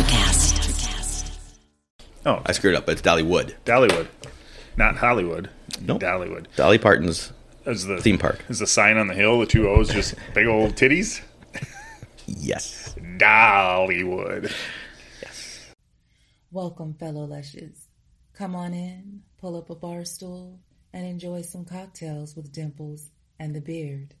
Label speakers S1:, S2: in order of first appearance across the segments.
S1: Electricast.
S2: Oh,
S3: I screwed up. It's Dolly Wood.
S2: Dollywood, not Hollywood.
S3: Nope.
S2: Dollywood
S3: Dolly Parton's.
S2: is the
S3: Theme park.
S2: Is the sign on the hill the two O's just big old titties?
S3: Yes.
S2: Dollywood.
S4: Welcome, fellow Lushes. Come on in, pull up a bar stool, and enjoy some cocktails with Dimples and the Beard.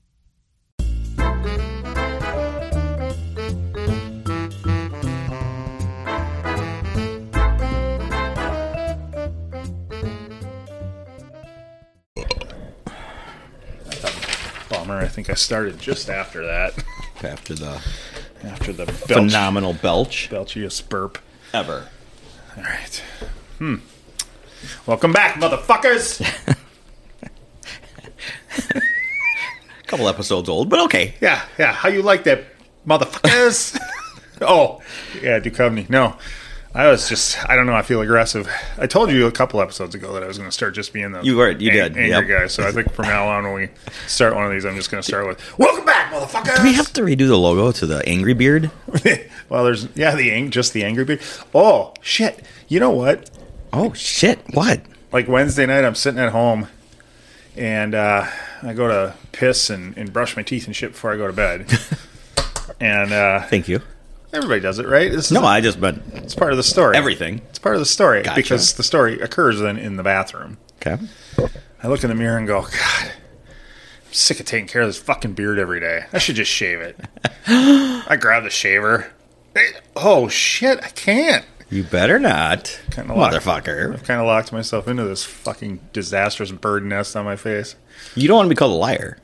S2: Bummer. I think I started just after that,
S3: After the
S2: after the belch,
S3: phenomenal belch
S2: belchiest burp.
S3: ever.
S2: All right. Hmm. Welcome back, motherfuckers.
S3: A couple episodes old, but okay.
S2: yeah, yeah. How you like that, motherfuckers? oh, yeah, Duchovny. No, I was just. I don't know. I feel aggressive. I told you a couple episodes ago that I was going to start just being the
S3: You were- you did,
S2: angry
S3: yep.
S2: guy. So I think from now on, when we start one of these, I'm just going to start with "Welcome back, motherfuckers."
S3: Do we have to redo the logo to the angry beard?
S2: well, there's yeah, the ang- just the angry beard. Oh shit! You know what?
S3: Oh shit! What?
S2: like Wednesday night, I'm sitting at home and uh, I go to piss and, and brush my teeth and shit before I go to bed. and uh,
S3: Thank you.
S2: everybody does it, right? This is
S3: No, I just meant
S2: it's part of the story.
S3: everything.
S2: It's part of the story
S3: Gotcha.
S2: because the story occurs then in the bathroom.
S3: Okay.
S2: I look in the mirror and go, God, I'm sick of taking care of this fucking beard every day. I should just shave it. I grab the shaver. Eh, Oh shit, I can't.
S3: You better not,
S2: Kinda locked.
S3: motherfucker.
S2: Kind of locked myself into this fucking disastrous bird nest on my face.
S3: You don't want to be called a liar.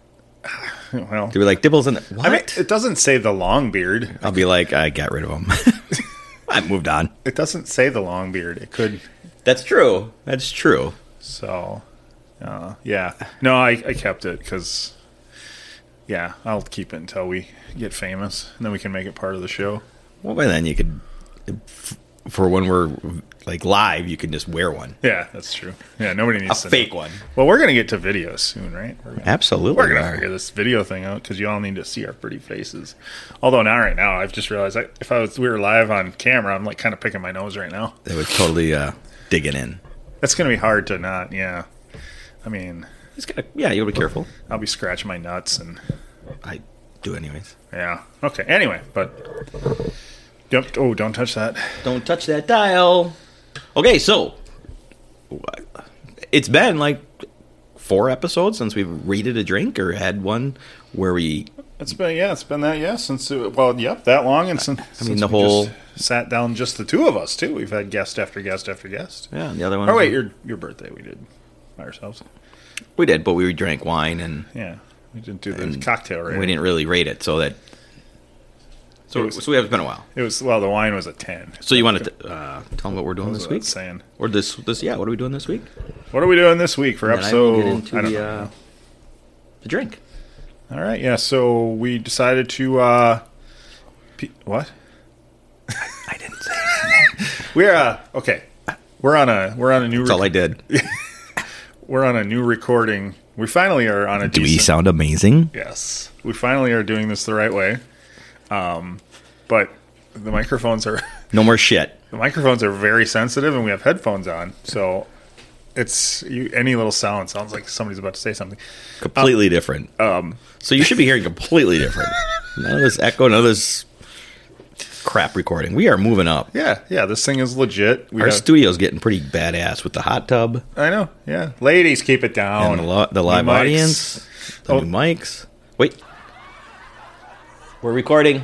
S2: Well,
S3: To be like Dibbles and what?
S2: I mean, it doesn't say the long beard.
S3: I'll be like, I got rid of him. I moved on.
S2: It doesn't say the long beard. It could.
S3: That's true. That's true.
S2: So, uh, yeah. No, I, I kept it because, yeah, I'll keep it until we get famous, and then we can make it part of the show.
S3: Well, by then you could, f- for when we're like live, you can just wear one.
S2: Yeah, that's true. Yeah, nobody needs to know.
S3: one.
S2: Well, we're gonna get to video soon, right? We're gonna,
S3: Absolutely.
S2: we're
S3: we
S2: gonna
S3: are.
S2: figure this video thing out because you all need to see our pretty faces. Although now, right now, I've just realized I, if I was we were live on camera, I'm like kind of picking my nose right now.
S3: They was totally uh, digging in.
S2: That's gonna be hard to not. Yeah, I mean,
S3: It's gotta, yeah, you gotta be careful.
S2: I'll be scratching my nuts and.
S3: I do anyways.
S2: Yeah. Okay. Anyway, but don't oh don't touch that.
S3: Don't touch that dial. Okay, so it's been like four episodes since we've rated a drink or had one where we.
S2: It's been yeah, it's been that yeah since it, well yep that long and since I
S3: the whole-
S2: sat down just the two of us too. We've had guest after guest after guest.
S3: Yeah, the other one.
S2: Oh wait, your your birthday we did by ourselves.
S3: we did, but we drank wine and
S2: Yeah, we didn't do the cocktail right.
S3: we didn't really rate it, so that. So, so we have, it's been a while.
S2: It was well the wine was a ten.
S3: So you want to uh, tell them what we're doing
S2: That's
S3: this
S2: what
S3: week,
S2: it's saying.
S3: or this this yeah? What are we doing this week?
S2: What are we doing this week for
S3: And then I will
S2: episode?
S3: get into
S2: I don't
S3: the,
S2: know.
S3: uh, the drink.
S2: All right, yeah. So we decided to uh, pe- what?
S3: I didn't say.
S2: We're uh, okay. We're on a we're on a new
S3: That's all I did.
S2: we're on a new recording. We finally are on a
S3: Do we
S2: decent-
S3: sound amazing?
S2: Yes, we finally are doing this the right way. Um, but the microphones are
S3: No more shit.
S2: the microphones are very sensitive, and we have headphones on, so it's you, any little sound sounds like somebody's about to say something.
S3: Completely different. Um, so you should be hearing completely different. none of this echo. None of this crap recording. We are moving up.
S2: Yeah, yeah, this thing is legit. We
S3: Our
S2: have-
S3: studio's getting pretty badass with the hot tub
S2: I know. Yeah, ladies, keep it down.
S3: and the, lo- the live
S2: New mics.
S3: audience, the
S2: Oh.
S3: new mics. Wait, we're recording,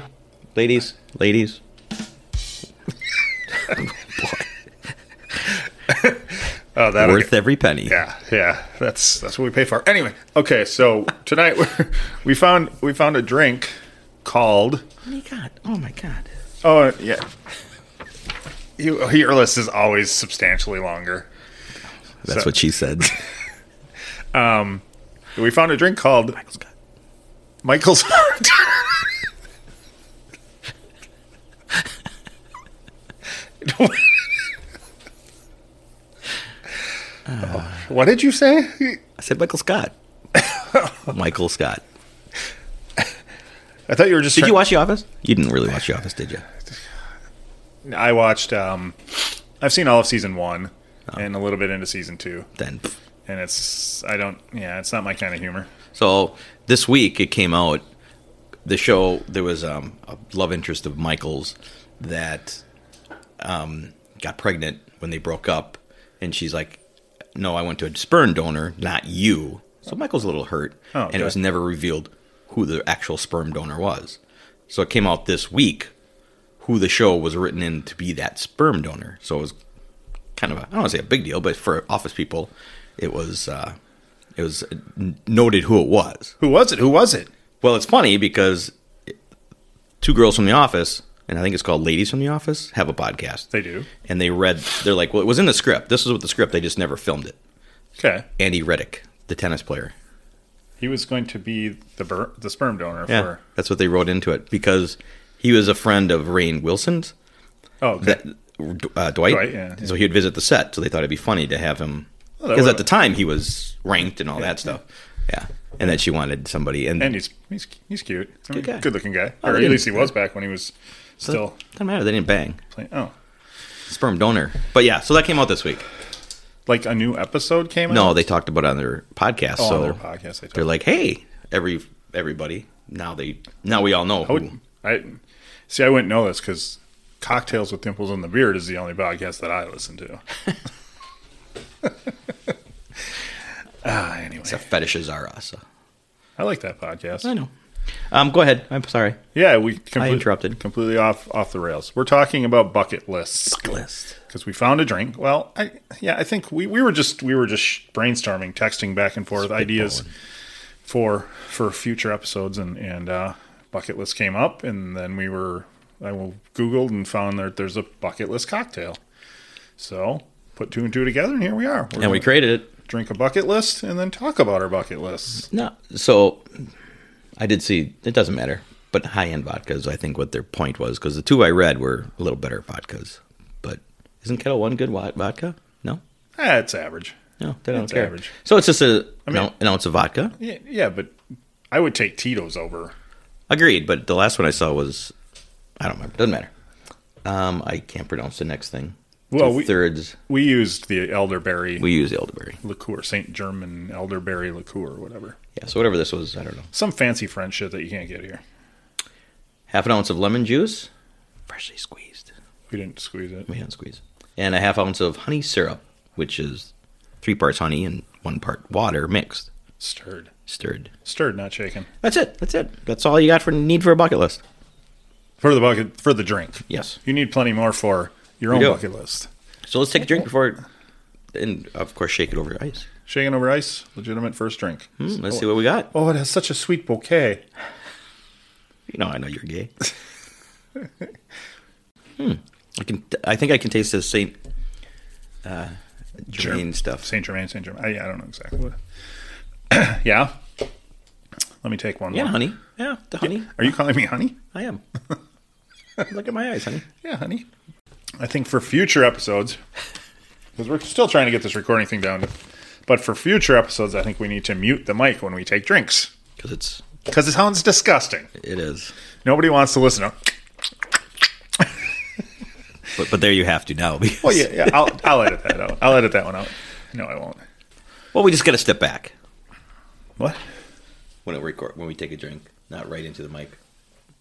S3: ladies, ladies.
S2: Oh, that
S3: Worth every penny.
S2: Yeah, yeah, that's that's what we pay for. Anyway, okay, so tonight we're, we found we found a drink called
S3: Oh my god! Oh my god!
S2: Oh yeah. You, your list is always substantially longer.
S3: That's
S2: So-
S3: what she said.
S2: Um, We found a drink called Michael's Hard. what did you say?
S3: I said Michael Scott. Michael Scott.
S2: I thought you were just.
S3: Did
S2: try-
S3: you watch The Office? You didn't really watch The Office, did you?
S2: I watched. Um, I've seen all of season one
S3: Oh.
S2: and a little bit into season two,
S3: Then, pff.
S2: and it's I don't. Yeah, it's not my kind of humor.
S3: so this week it came out. The show there was um, a love interest of Michael's that um, got pregnant when they broke up, and she's like, "No, I went to a sperm donor, not you." So Michael's a little hurt,
S2: Oh,
S3: and
S2: okay.
S3: it was never revealed who the actual sperm donor was. So it came out this week who the show was written in to be that sperm donor. So it was kind of a, I don't want to say a big deal, but for office people, it was uh, it was n- noted who it was.
S2: Who was it? Who was it?
S3: Well, it's funny because two girls from the office, and I think it's called Ladies from the Office, have a podcast.
S2: They do.
S3: and they read. They're like, well, it was in the script. This is what the script. They just never filmed it.
S2: Okay,
S3: Andy Reddick, the tennis player.
S2: he was going to be the bur- the sperm donor
S3: Yeah,
S2: for.
S3: that's what they wrote into it because he was a friend of Rain Wilson's.
S2: Oh, okay.
S3: that uh, Dwight.
S2: Dwight, yeah.
S3: So he would visit the set, so they thought it'd be funny to have him
S2: Oh, that
S3: because at
S2: would've-
S3: the time he was ranked and all that stuff. Yeah, and then she wanted somebody, and,
S2: and he's he's he's cute. I mean,
S3: Good guy.
S2: Good looking guy.
S3: Oh,
S2: or
S3: they
S2: at least he
S3: didn't-
S2: was back when he was still
S3: doesn't matter. They didn't bang
S2: playing. Oh,
S3: sperm donor, but yeah. So that came out this week.
S2: like a new episode came out.
S3: No, they talked about it on their podcast.
S2: Oh,
S3: so
S2: on their podcast, they
S3: are like, hey, every everybody. Now they now we all know.
S2: I,
S3: Who,
S2: would, I see. I wouldn't know this because "Cocktails with Dimples and the Beard" is the only podcast that I listen to. ah, anyway,
S3: the fetishes are us.
S2: I like that podcast.
S3: I know. Um, go ahead. I'm sorry.
S2: Yeah, we comple-
S3: interrupted.
S2: completely off off the rails. We're talking about bucket lists
S3: List.
S2: because we found a drink. Well, I yeah, I think we, we were just we were just brainstorming, texting back and forth ideas for for future episodes, and and uh, bucket list came up, and then we were I will- googled and found that there's a bucket list cocktail. So put two and two together, and here we are. We're
S3: And we
S2: gonna
S3: created it.
S2: drink a bucket list and then talk about our bucket lists.
S3: No, so I did see. It doesn't matter, but high-end vodkas. I think what their point was because the two I read were a little better vodkas. But isn't Kettle One good wa- vodka? No,
S2: Ah, it's average.
S3: no, they don't
S2: It's
S3: care.
S2: average.
S3: So it's just a
S2: mean-
S3: an, an ounce of vodka.
S2: Yeah, yeah, but I would take Tito's over.
S3: Agreed. But the last one I saw was I don't remember. Doesn't matter. Um, I can't pronounce the next thing.
S2: Well,
S3: Two
S2: we-
S3: thirds.
S2: We used the elderberry
S3: We use elderberry.
S2: liqueur, Saint German elderberry liqueur, whatever.
S3: Yeah. So whatever this was, I don't know.
S2: Some fancy French shit that you can't get here.
S3: Half an ounce of lemon juice, freshly squeezed.
S2: We didn't squeeze it.
S3: We don't squeeze. And a half ounce of honey syrup, which is three parts honey and one part water mixed,
S2: Stirred.
S3: stirred.
S2: Stirred, not shaken.
S3: That's it. That's it. That's all you got for need for a bucket list.
S2: For the bucket for the drink.
S3: Yes.
S2: You need plenty more for your
S3: We
S2: own
S3: do.
S2: bucket list.
S3: So let's take a drink before, and of course, shake it over ice.
S2: Shaken over ice, legitimate first drink.
S3: Hmm, let's see what we got.
S2: Oh, it has such a sweet bouquet.
S3: You know, I know you're gay. hmm. I can. I think I can taste the Saint uh, Germain stuff.
S2: Saint Germain, Saint Germain. I, I don't know exactly what. yeah. Let me take one
S3: Yeah,
S2: more.
S3: honey. Yeah, the honey.
S2: Are you calling me honey?
S3: I am. Look at my eyes, honey.
S2: Yeah, honey. I think for future episodes, because we're still trying to get this recording thing down, but for future episodes, I think we need to mute the mic when we take drinks
S3: Because it's.
S2: because it sounds disgusting.
S3: It is.
S2: Nobody wants to listen. To,
S3: But but there you have to now. Because,
S2: well, yeah, yeah. I'll, I'll edit that out. I'll edit that one out. No, I won't.
S3: Well, we just got to step back
S2: What?
S3: when it record when we take a drink, not right into the mic.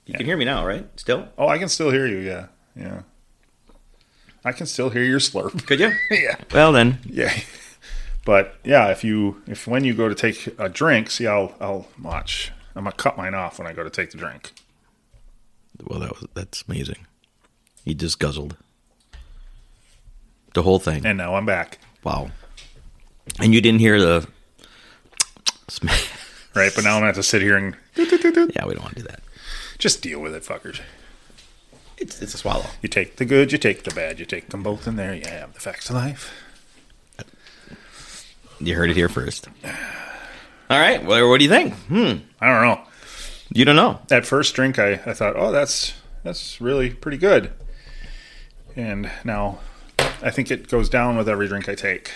S3: You can hear me now, right? Still?
S2: Oh, I can still hear you. Yeah, yeah. I can still hear your slurp.
S3: Could you?
S2: yeah,
S3: Well then,
S2: yeah. But yeah, if you if when you go to take a drink, see, I'll I'll watch. I'm gonna cut mine off when I go to take the drink.
S3: well that was that's amazing. You just guzzled the whole thing.
S2: And now I'm back.
S3: Wow. And you didn't hear the. sm-
S2: right? But now I'm gonna have to sit here and
S3: yeah, we don't want to do that.
S2: just deal with it, fuckers.
S3: It's it's a swallow.
S2: You take the good, you take the bad, you take them both in there. You have the facts of life.
S3: You heard it here first. All right. Well, what do you think? Hmm,
S2: I don't know.
S3: You don't know.
S2: That first drink, I, I thought, oh, that's that's really pretty good. And now, I think it goes down with every drink I take.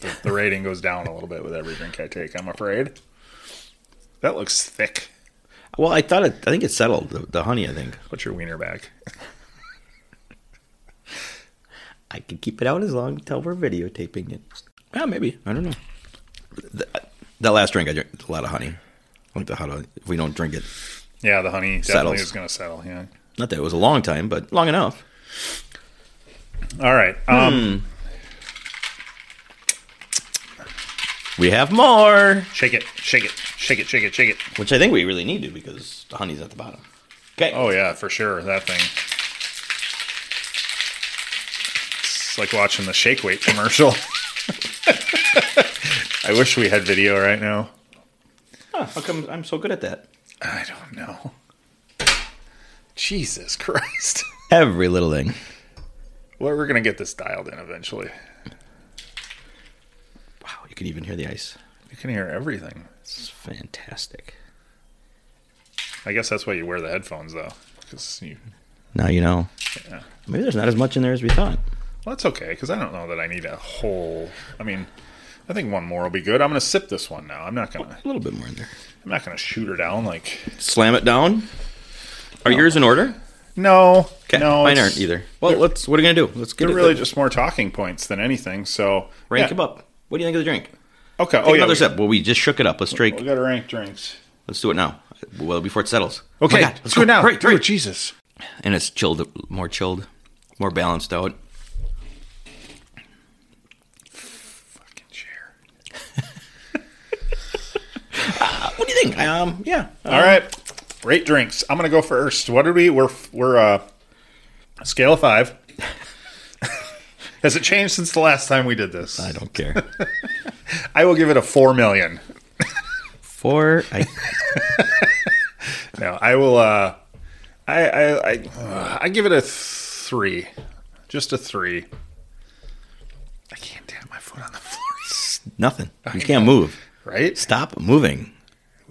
S2: The, the rating goes down a little bit with every drink I take. I'm afraid. That looks thick.
S3: Well, I thought it. I think it settled the, the honey. I think.
S2: Put your wiener back.
S3: I can keep it out as long until we're videotaping it. Yeah, maybe. I don't know. Th- that last drink, I drank a lot of honey. I think the honey, if we don't drink it,
S2: Yeah, the honey definitely
S3: Settles.
S2: is going to settle. Yeah.
S3: not that it was a long time, but long enough.
S2: All right. Um,
S3: We have more,
S2: Shake it. Shake it. Shake it. Shake it. Shake it.
S3: which I think we really need to because the honey's at the bottom. Okay.
S2: Oh yeah, for sure. That thing. It's like watching the shake weight commercial. I wish we had video right now.
S3: Huh, how come I'm so good at that?
S2: I don't know. Jesus Christ.
S3: Every little thing.
S2: well, we're gonna get this dialed in eventually.
S3: Wow, you can even hear the ice.
S2: You can hear everything.
S3: It's fantastic.
S2: I guess that's why you wear the headphones though, because you.
S3: Now you know.
S2: Yeah.
S3: Maybe there's not as much in there as we thought.
S2: Well, that's okay because I don't know that I need a whole. I mean, I think one more will be good. I'm gonna sip this one now. I'm not gonna.
S3: A little bit more in there.
S2: I'm not gonna shoot her down like.
S3: Slam it down. Are yours in order?
S2: No. no,
S3: mine
S2: it's-
S3: aren't either. Well, let's. What are you gonna do? Let's get
S2: They're
S3: it-
S2: really just more talking points than anything. So
S3: rank
S2: yeah.
S3: them up. What do you think of the drink?
S2: Okay.
S3: Take
S2: oh yeah.
S3: another
S2: we-
S3: sip. Well, we just shook it up. Let's drink.
S2: We got to rank drinks.
S3: Let's do it now. Well, before it settles.
S2: Okay.
S3: Oh my God,
S2: let's do it now.
S3: Hurry,
S2: Oh,
S3: hurry.
S2: Jesus.
S3: And it's chilled, more chilled, more balanced out.
S2: Fucking chair.
S3: What do you think? Um, yeah.
S2: All right. Rate drinks. I'm gonna go first. What did we? We're we're uh, scale of five. Has it changed since the last time we did this?
S3: I don't care.
S2: I will give it a four million.
S3: Four. I,
S2: No, I will. Uh, I I I, uh, I give it a three, just a three. I can't damn my foot on the floor.
S3: nothing. You can't move.
S2: Right?
S3: Stop moving.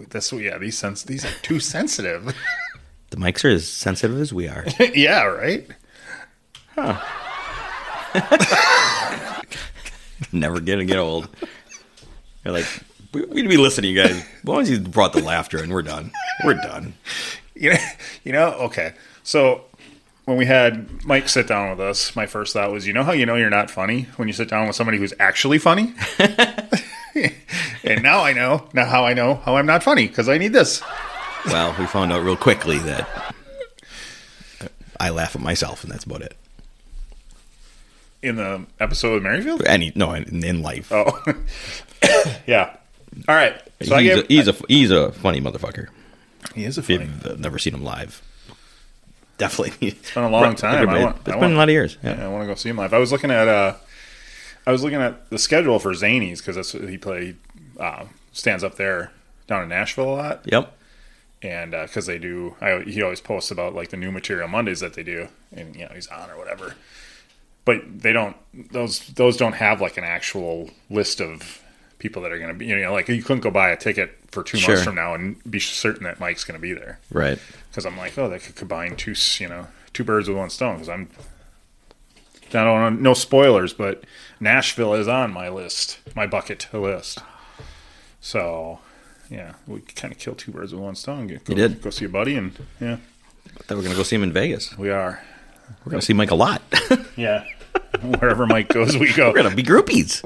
S2: This yeah, these sens these are too sensitive.
S3: The mics are as sensitive as we are.
S2: yeah, right.
S3: Never gonna get old. You're like, we- we'd be listening, you guys. As long as you brought the laughter and we're done. We're done.
S2: You know, you know. Okay, so when we had Mike sit down with us, my first thought was, you know how you know you're not funny when you sit down with somebody who's actually funny. and now I know. Now how I know how I'm not funny because I need this.
S3: Well, we found out real quickly that I laugh at myself, and that's about it.
S2: In the episode with Merrifield.
S3: Any no, in, in life,
S2: Oh, yeah. All right. So I
S3: he's,
S2: gave.
S3: a, he's a he's a funny motherfucker.
S2: he is a funny.
S3: If I've never seen him live. Definitely, it's
S2: been a long time. I want-
S3: it's
S2: I
S3: been
S2: want-
S3: a lot of years. Yeah.
S2: Yeah, I want to go see him live. I was looking at uh, I was looking at the schedule for Zanies because that's what he played. Uh, stands up there down in Nashville a lot,
S3: Yep.
S2: and because they do, I, he always posts about like the new material Mondays that they do, and you know he's on or whatever. But they don't those those don't have like an actual list of people that are going to be you know like you couldn't go buy a ticket for two
S3: Sure.
S2: months from now and be certain that Mike's going to be there
S3: Right.
S2: because I'm like, oh, that could combine two, s- you know, two birds with one stone. Because I'm, I don't want no spoilers, but Nashville is on my list, my bucket list. So, yeah, we kind of kill two birds with one stone. Get, go,
S3: You did.
S2: go see a buddy, and yeah,
S3: I thought we were gonna go see him in Vegas.
S2: we are.
S3: We're gonna see Mike a lot. we're
S2: Yeah, wherever Mike goes, we go.
S3: gonna be groupies.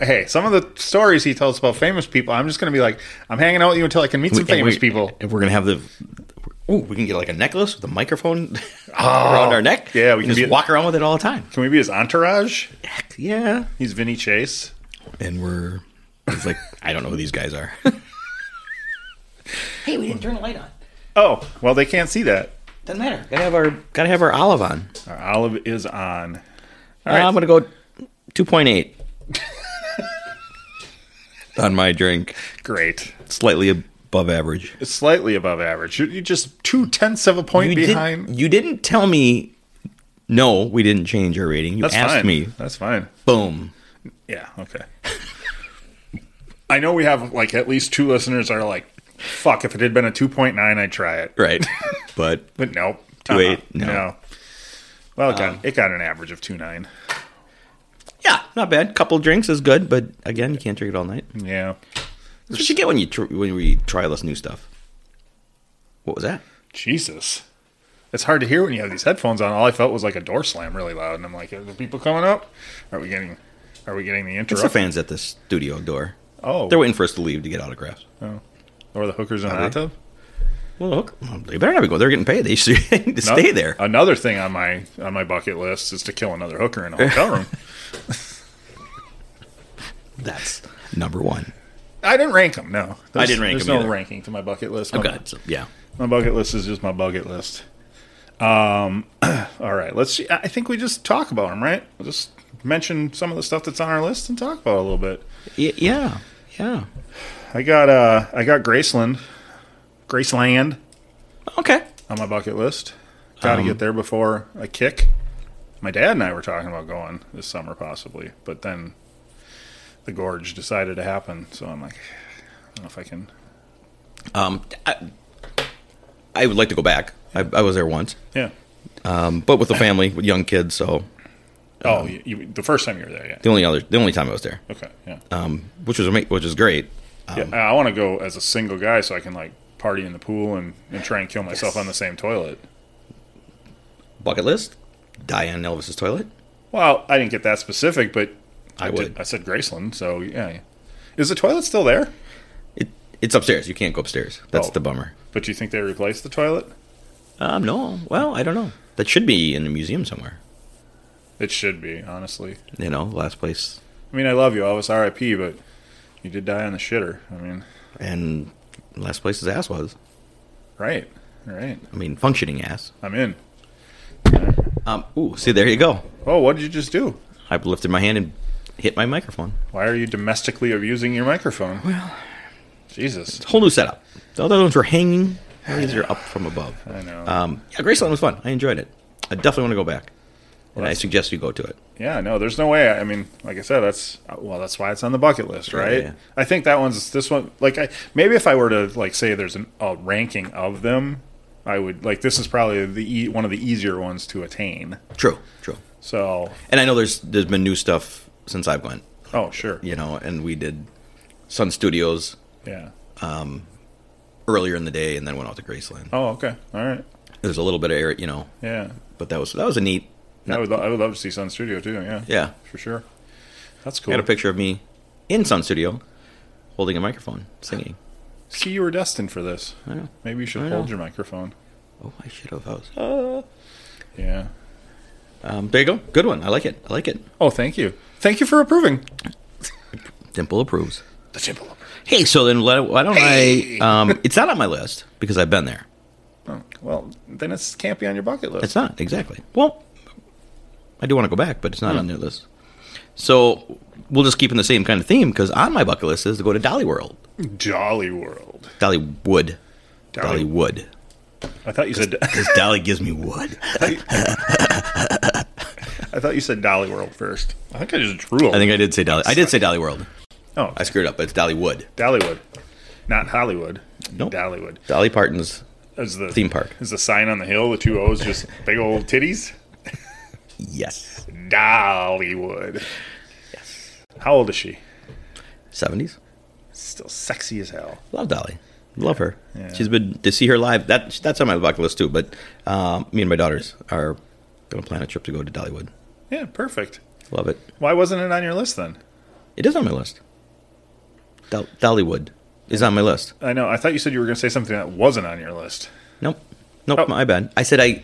S2: Hey, some of the stories he tells about famous people, I'm just gonna be like, I'm hanging out with you until I can meet some
S3: And
S2: famous
S3: we-
S2: people.
S3: And we're gonna have the. Ooh, we can get like a necklace with a microphone around our neck.
S2: Oh, yeah, we
S3: And
S2: can
S3: just
S2: be-
S3: walk around with it all the time.
S2: Can we be his entourage?
S3: Heck yeah.
S2: He's Vinny Chase.
S3: and we're it's like I don't know who these guys are. hey, we didn't turn the light on.
S2: Oh, well, they can't see that.
S3: Doesn't matter. Gotta have our gotta have our olive on.
S2: Our olive is on.
S3: Uh, I'm gonna go two point eight on my drink,
S2: Great.
S3: slightly above average.
S2: It's slightly above average. You're, you're just two tenths of a point
S3: You
S2: behind.
S3: did, you didn't tell me. No, we didn't change our rating. You
S2: That's
S3: asked
S2: fine.
S3: me.
S2: That's fine.
S3: Boom.
S2: Yeah. Okay. I know we have like at least two listeners that are like, "Fuck! If it had been a two point nine, I'd try it."
S3: Right. but
S2: But nope. Uh-uh.
S3: Two eight, no. Um.
S2: Well, it got, it got an average of two nine.
S3: yeah, not bad. Couple drinks is good, but again, you can't drink it all night.
S2: Yeah.
S3: That's what you get when you tr- when we try all this new stuff. What was that?
S2: Jesus. It's hard to hear when you have these headphones on. All I felt was like a door slam really loud, and I'm like, "Are the people coming up? Are we getting? Are we getting the
S3: It's the
S2: interrupt?
S3: fans at the studio door.
S2: Oh,
S3: They're waiting for us to leave to get autographs.
S2: or the hookers in the
S3: Are
S2: hot
S3: they?
S2: tub?
S3: Well, look, they better not be going. They're getting paid. They should to stay there.
S2: Another thing on my on my bucket list is to kill another hooker in a hotel room.
S3: That's number one.
S2: I didn't rank them. No, There's-
S3: didn't rank
S2: There's
S3: 'em
S2: no
S3: either.
S2: ranking to my bucket list.
S3: Oh
S2: My-
S3: God, so, yeah.
S2: My bucket list is just my bucket list. Um, all right, let's see. I I think we just talk about them, right? We'll just mention some of the stuff that's on our list and talk about it a little bit.
S3: Y- yeah, yeah.
S2: I got uh, I got Graceland, Graceland
S3: Okay.
S2: on my bucket list. Got
S3: Um,
S2: to get there before I kick. My dad and I were talking about going this summer possibly, but then the gorge decided to happen. So I'm like, I don't know if I can.
S3: Um, I, I would like to go back. I, I was there once,
S2: Yeah.
S3: um, but with the family, with young kids. So
S2: Oh,
S3: Um,
S2: you, you, the first time you were there, yeah.
S3: the only other, the only time I was there,
S2: Okay, yeah.
S3: um, which was ama- which was great.
S2: Yeah,
S3: Um,
S2: I want to go as a single guy so I can like party in the pool and, and try and kill myself on the same toilet.
S3: Bucket list: die on Elvis's toilet.
S2: Well, I didn't get that specific, but
S3: I
S2: did-
S3: would.
S2: I said Graceland, so yeah. Is the toilet still there?
S3: It, it's upstairs. You can't go upstairs. That's
S2: Oh.
S3: the bummer.
S2: But you think they replaced the toilet?
S3: Um, no. Well, I don't know. That should be in the museum somewhere.
S2: It should be, honestly.
S3: You know, last place.
S2: I mean, I love you, Elvis, R.I.P., but you did die on the shitter. I mean,
S3: and last place his ass was.
S2: right, right.
S3: I mean, functioning ass.
S2: I'm in.
S3: Um, ooh, see, there you go.
S2: Oh, what did you just do?
S3: I lifted my hand and hit my microphone.
S2: Why are you domestically abusing your microphone? Well, Jesus,
S3: Whole new setup. The other ones were hanging. These are up from above.
S2: I know.
S3: Um, yeah, Graceland was fun. I enjoyed it. I definitely want to go back, and I
S2: that's-
S3: suggest you go to it.
S2: Yeah, no, there's no way. I mean, like I said, that's well, that's why it's on the bucket list, right?
S3: yeah.
S2: I think that one's this one. Like, I maybe if I were to like say there's an, a ranking of them, I would like this is probably the e- one of the easier ones to attain.
S3: True, true.
S2: So,
S3: And I know there's there's been new stuff since I've gone.
S2: oh sure, yeah,
S3: You know, and we did Sun Studios earlier in the day, and then went out to Graceland.
S2: oh okay, all right,
S3: There's a little bit of air, you know,
S2: yeah.
S3: but that was that was a neat.
S2: I would lo- I would love to see Sun Studio too. Yeah,
S3: Yeah,
S2: for sure. That's
S3: I
S2: cool.
S3: got a picture of me in Sun Studio holding a microphone singing.
S2: See, you were destined for this.
S3: I know.
S2: Maybe you should
S3: I
S2: hold
S3: know.
S2: your microphone.
S3: Oh, I should have. I was-
S2: Yeah.
S3: Um, there you go. Good one. I like it. I like it.
S2: Oh, thank you. Thank you for approving.
S3: Dimple approves.
S2: The chipper.
S3: Hey, so then let- why don't I? Um, it's not on my list because I've been there.
S2: Oh, well, then it can't be on your bucket list.
S3: It's not exactly. Well, I do want to go back, but it's not on their list. So we'll just keep in the same kind of theme because on my bucket list is to go to Dolly World,
S2: Jolly World.
S3: Dolly Wood, Dolly
S2: Dolly-
S3: Wood.
S2: I thought you said
S3: Because Dolly gives me wood.
S2: I thought you said Dolly World first. I think I just drew.
S3: I think I did say Dolly. I did say Dolly World.
S2: oh,
S3: I screwed up, but it's Dolly Wood.
S2: Dollywood, not Hollywood.
S3: Nope.
S2: Dollywood
S3: Dolly Parton's
S2: is the
S3: Theme park.
S2: Is the sign on the hill the two O's just big old titties?
S3: Yes.
S2: Dollywood. Yes. How old is she?
S3: 70s.
S2: Still sexy as hell.
S3: Love Dolly. Love her.
S2: Yeah.
S3: She's been to see her live. That that's on my bucket list too. But um, me and my daughters are going to plan a trip to go to Dollywood.
S2: Yeah, perfect.
S3: Love it.
S2: Why wasn't it on your list then?
S3: It is on my list. Dol- Dollywood is on my list.
S2: I know. I thought you said you were going to say something that wasn't on your list.
S3: Nope. Nope.
S2: Oh.
S3: My bad. I said I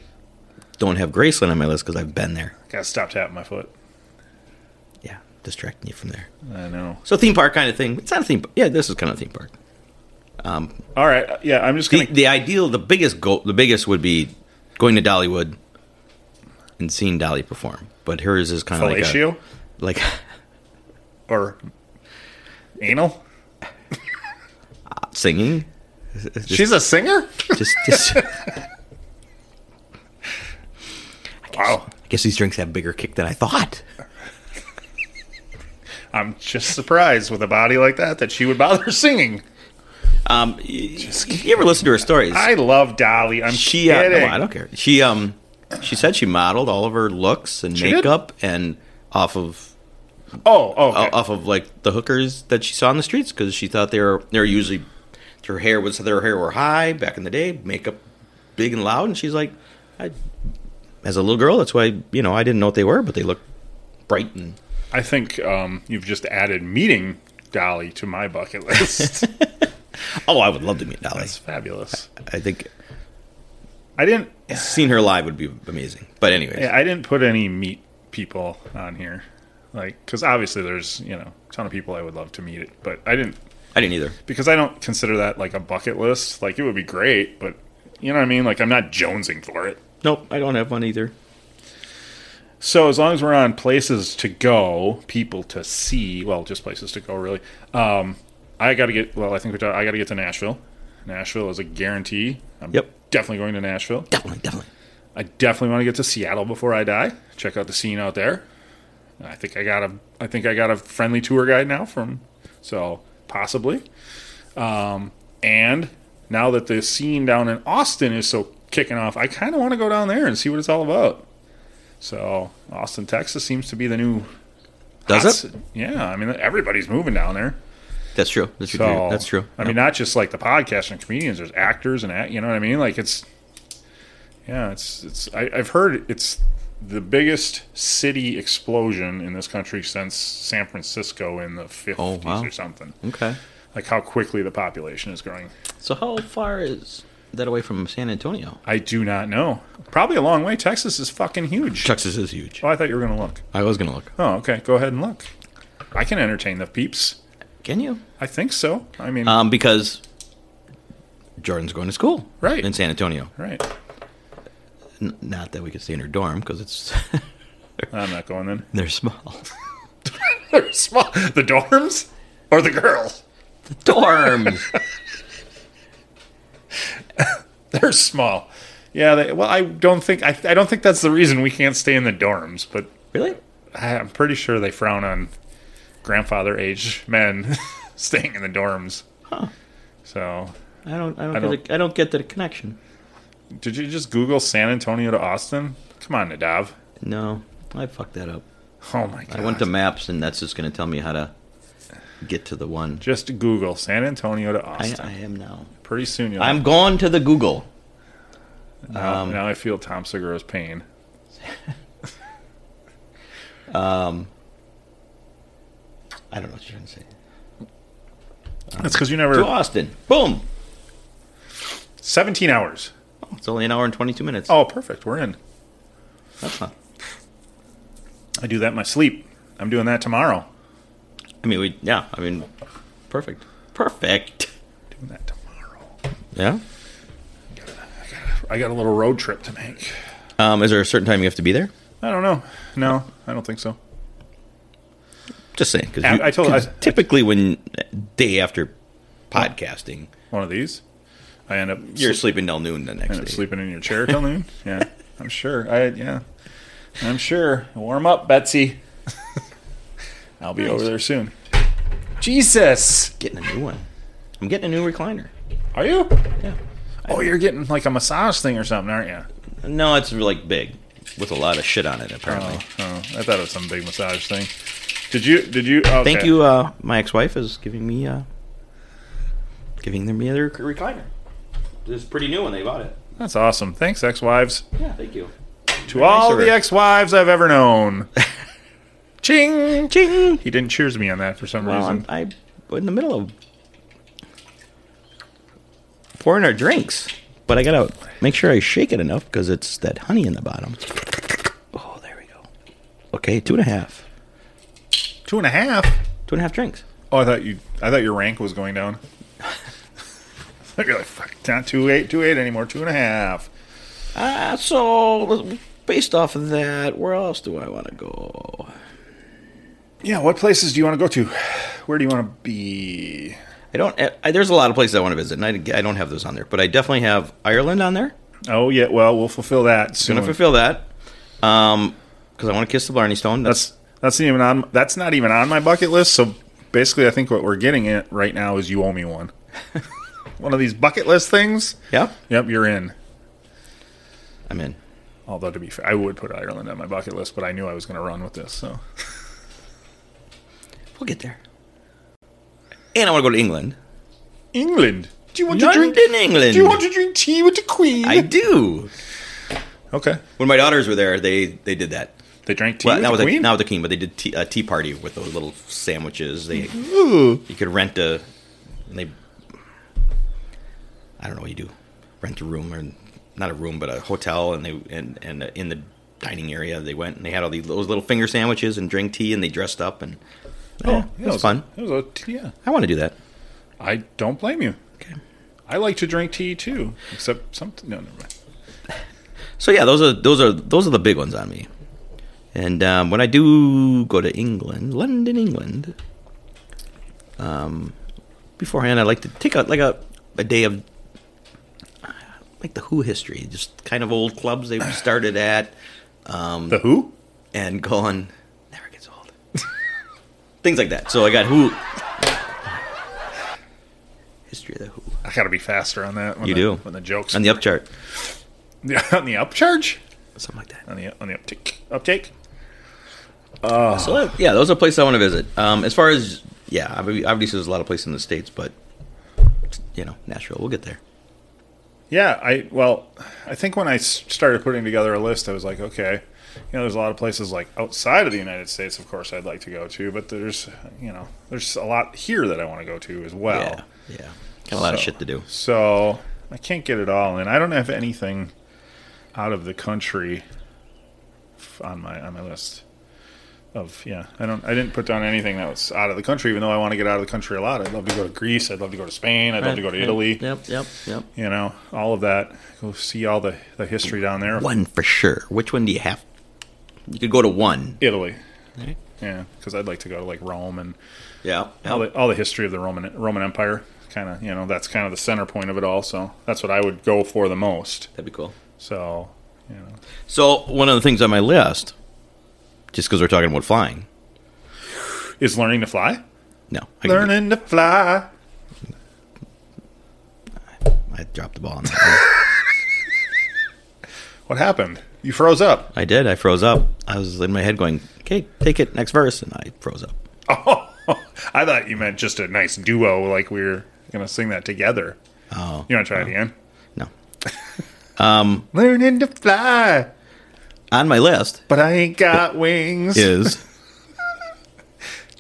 S3: don't have Graceland on my list because I've been there.
S2: Gotta stop tapping my foot.
S3: Yeah, distracting you from there.
S2: I know.
S3: So theme park kind of thing. It's not a theme. Park. Yeah, this is kind of a theme park.
S2: All right. uh, Yeah, I'm just
S3: The,
S2: gonna.
S3: the ideal, the biggest goal, the biggest would be going to Dollywood and seeing Dolly perform. But hers is kind of like a,
S2: Fellatio
S3: like
S2: or anal?
S3: singing.
S2: She's a singer.
S3: Just, just I
S2: Wow.
S3: guess these drinks have bigger kick than I thought.
S2: I'm just surprised with a body like that that she would bother singing.
S3: Um, y- if you ever listen to her stories?
S2: I love Dolly. I'm
S3: she, uh,
S2: kidding.
S3: no, I don't care. She, um, she said she modeled all of her looks and
S2: did?
S3: makeup and off of
S2: Oh, oh, okay.
S3: o- off of like the hookers that she saw on the streets because she thought they were they were usually their hair was their hair were high back in the day, makeup big and loud, and she's like, I, as a little girl, that's why you know I didn't know what they were, but they looked bright and
S2: I think um, you've just added meeting Dolly to my bucket list.
S3: oh, I would love to meet Dolly.
S2: That's fabulous.
S3: I think
S2: I didn't.
S3: seeing her live would be amazing. But anyways,
S2: I didn't put any meat people on here, like because obviously there's you know a ton of people I would love to meet it, but I didn't
S3: I didn't either.
S2: because I don't consider that like a bucket list. Like it would be great, but you know what I mean. Like I'm not jonesing for it.
S3: Nope, I don't have one either.
S2: So as long as we're on places to go, people to see, well, just places to go really. Um, I got to get. Well, I think we talked, I got to get to Nashville. Nashville is a guarantee. I'm
S3: Yep.
S2: definitely going to Nashville.
S3: Definitely, definitely.
S2: I definitely want to get to Seattle before I die. Check out the scene out there. I think I got a I think I got a friendly tour guide now from so possibly. Um, and now that the scene down in Austin is so kicking off, I kind of want to go down there and see what it's all about. So Austin, Texas seems to be the new.
S3: Does
S2: hot
S3: it?
S2: ci- Yeah, I mean everybody's moving down there.
S3: That's true. That's true.
S2: So
S3: That's true.
S2: I mean, not just like the podcast and comedians. There's actors and act, you know what I mean. Like it's, yeah, it's it's. I, I've heard it's the biggest city explosion in this country since San Francisco in the fifties
S3: Oh, wow.
S2: or something.
S3: okay.
S2: Like how quickly the population is growing.
S3: So how far is that away from San Antonio?
S2: I do not know. Probably a long way. Texas is fucking huge.
S3: Texas is huge.
S2: Oh, I thought you were gonna look.
S3: I was gonna look.
S2: Oh, okay. Go ahead and look. I can entertain the peeps.
S3: Can you?
S2: I think so. I mean,
S3: Um, because Jordan's going to school
S2: Right.
S3: in San Antonio.
S2: right.
S3: N- not that we could stay in her dorm because it's
S2: I'm not going then.
S3: they're small.
S2: They're small. The dorms or the girls?
S3: Dorms.
S2: They're small. Yeah. They, well, I don't think I, I don't think that's the reason we can't stay in the dorms, but
S3: really?
S2: I, I'm pretty sure they frown on grandfather age men staying in the dorms. So,
S3: I don't. I don't.
S2: I
S3: I
S2: don't-
S3: don't, get the, I don't get the connection.
S2: did you just Google San Antonio to Austin? Come on, Nadav.
S3: No, I fucked that up.
S2: Oh my god.
S3: I went to maps, and that's just going to tell me how to get to the one.
S2: just Google San Antonio to
S3: I,
S2: Austin.
S3: I am now.
S2: pretty soon you'll.
S3: I'm going to the Google.
S2: now, now I feel Tom Segura's pain.
S3: I don't know what you're trying to say.
S2: That's because you never.
S3: To Austin. Boom.
S2: 17 hours.
S3: It's only an hour and 22 minutes.
S2: Oh, perfect. We're in.
S3: That's not.
S2: I do that in my sleep. I'm doing that tomorrow.
S3: I mean, we. Yeah. I mean, perfect. Perfect.
S2: Doing that tomorrow.
S3: Yeah.
S2: I got a little road trip to make.
S3: Um, is there a certain time you have to be there?
S2: I don't know. No, I don't think so.
S3: Just saying. Because
S2: I- I told- I-
S3: typically when uh, day after podcasting,
S2: One of these. I end up
S3: you're
S2: sl-
S3: sleeping till noon the next
S2: end up
S3: day.
S2: sleeping in your chair till noon. Yeah, I'm sure. I yeah, I'm sure. Warm up, Betsy. I'll be over there soon. Jesus,
S3: Getting a new one. I'm getting a new recliner.
S2: are you?
S3: Yeah.
S2: Oh, you're getting like a massage thing or something, aren't you?
S3: No, it's like big with a lot of shit on it. Apparently.
S2: Oh, oh, I thought it was some big massage thing. Did you? Did you? Okay.
S3: Thank you. Uh, my ex-wife is giving me uh, giving them me their recliner. It's pretty new when they bought it.
S2: That's awesome. Thanks, ex-wives.
S3: Yeah, thank you.
S2: To all
S3: sir.
S2: the ex-wives I've ever known. Ching, ching. He didn't cheers me on that for some
S3: Well,
S2: reason.
S3: I'm, I in the middle of pouring our drinks, but I gotta make sure I shake it enough because it's that honey in the bottom. Oh, there we go. Okay, two and a half,
S2: Two and a half.
S3: two and a half drinks.
S2: Oh, I thought you. I thought your rank was going down. You're like fuck. Not two eight, two eight anymore. Two and a half.
S3: Ah, so based off of that, where else do I want to go?
S2: Yeah. What places do you want to go to? Where do you want to be?
S3: I don't. eh, I, there's a lot of places I want to visit, and I, I don't have those on there. But I definitely have Ireland on there.
S2: Oh yeah. Well, we'll fulfill that soon.
S3: Gonna fulfill that, um, because I want to kiss the Blarney Stone. That's,
S2: that's that's not even on. That's not even on my bucket list. So basically, I think what we're getting at right now is you owe me one. one of these bucket list things.
S3: yep.
S2: Yep, you're in.
S3: I'm in.
S2: Although to be fair, I would put Ireland on my bucket list, but I knew I was going to run with this. So
S3: We'll get there. And I want to go to England.
S2: England. Do you want
S3: London,
S2: to drink?
S3: England.
S2: Do you want to drink tea with the Queen?
S3: I do.
S2: Okay.
S3: When my daughters were there, they they did that.
S2: They drank tea
S3: Well,
S2: with
S3: not
S2: the
S3: with the,
S2: queen.
S3: not with the queen, but they did tea, a tea party with those little sandwiches. They
S2: Ooh.
S3: you could rent a, and they, I don't know what you do, rent a room or not a room but a hotel, and they and and in the dining area they went and they had all these those little finger sandwiches and drink tea and they dressed up and
S2: Oh,
S3: yeah,
S2: that
S3: it was, fun.
S2: It was a tea, yeah.
S3: I want to do that.
S2: I don't blame you.
S3: Okay.
S2: I like to drink tea too, except something. No, never mind.
S3: So yeah, those are those are those are the big ones on me. And um, when I do go to England, London, England, um, beforehand I like to take out like a a day of uh, like the Who history, just kind of old clubs they started at, Um,
S2: The Who?
S3: and gone never gets old. Things like that. So I got Who history of the Who
S2: I gotta be faster on that. When
S3: You
S2: the,
S3: do.
S2: when the jokes
S3: on the upchart,
S2: Yeah, on the upcharge,
S3: something like that.
S2: on the on the uptick, uptake.
S3: So that- yeah, those are places I want to visit. Um, as far as yeah, I mean, obviously there's a lot of places in the states, but you know, Nashville, we'll get there.
S2: Yeah, I well, I think when I s- started putting together a list, I was like, okay, you know, there's a lot of places like outside of the United States, of course, I'd like to go to, but there's you know, there's a lot here that I want to go to as well.
S3: Yeah, yeah, got a lot of
S2: Oh. So-
S3: shit to do.
S2: So I can't get it all in. I don't have anything out of the country f- on my on my list of yeah. I don't. I didn't put down anything that was out of the country, even though I want to get out of the country a lot. I'd love to go to Greece. I'd love to go to Spain. I'd love to go to Italy.
S3: Yep, yep, yep.
S2: You know, all of that. Go see all the the history down there.
S3: One for sure. Which one do you have? You could go to one.
S2: Italy.
S3: Right.
S2: Yeah, because I'd like to go to like Rome and
S3: Yeah,
S2: all the, all the history of the Roman Roman Empire. Kind of, you know, that's kind of the center point of it all. So that's what I would go for the most.
S3: that'd be cool.
S2: So, you know,
S3: So one of the things on my list, just because we're talking about flying,
S2: is learning to fly.
S3: no, I, can-
S2: Learning to fly.
S3: I dropped the ball on that.
S2: What happened? You froze up.
S3: I did. I froze up. I was in my head going, "Okay, take it next verse," and I froze up.
S2: Oh, I thought you meant just a nice duo, like we were gonna sing that together.
S3: Oh.
S2: you want to try it again?
S3: No,
S2: Learning to fly,
S3: on my list
S2: but I ain't got wings.
S3: is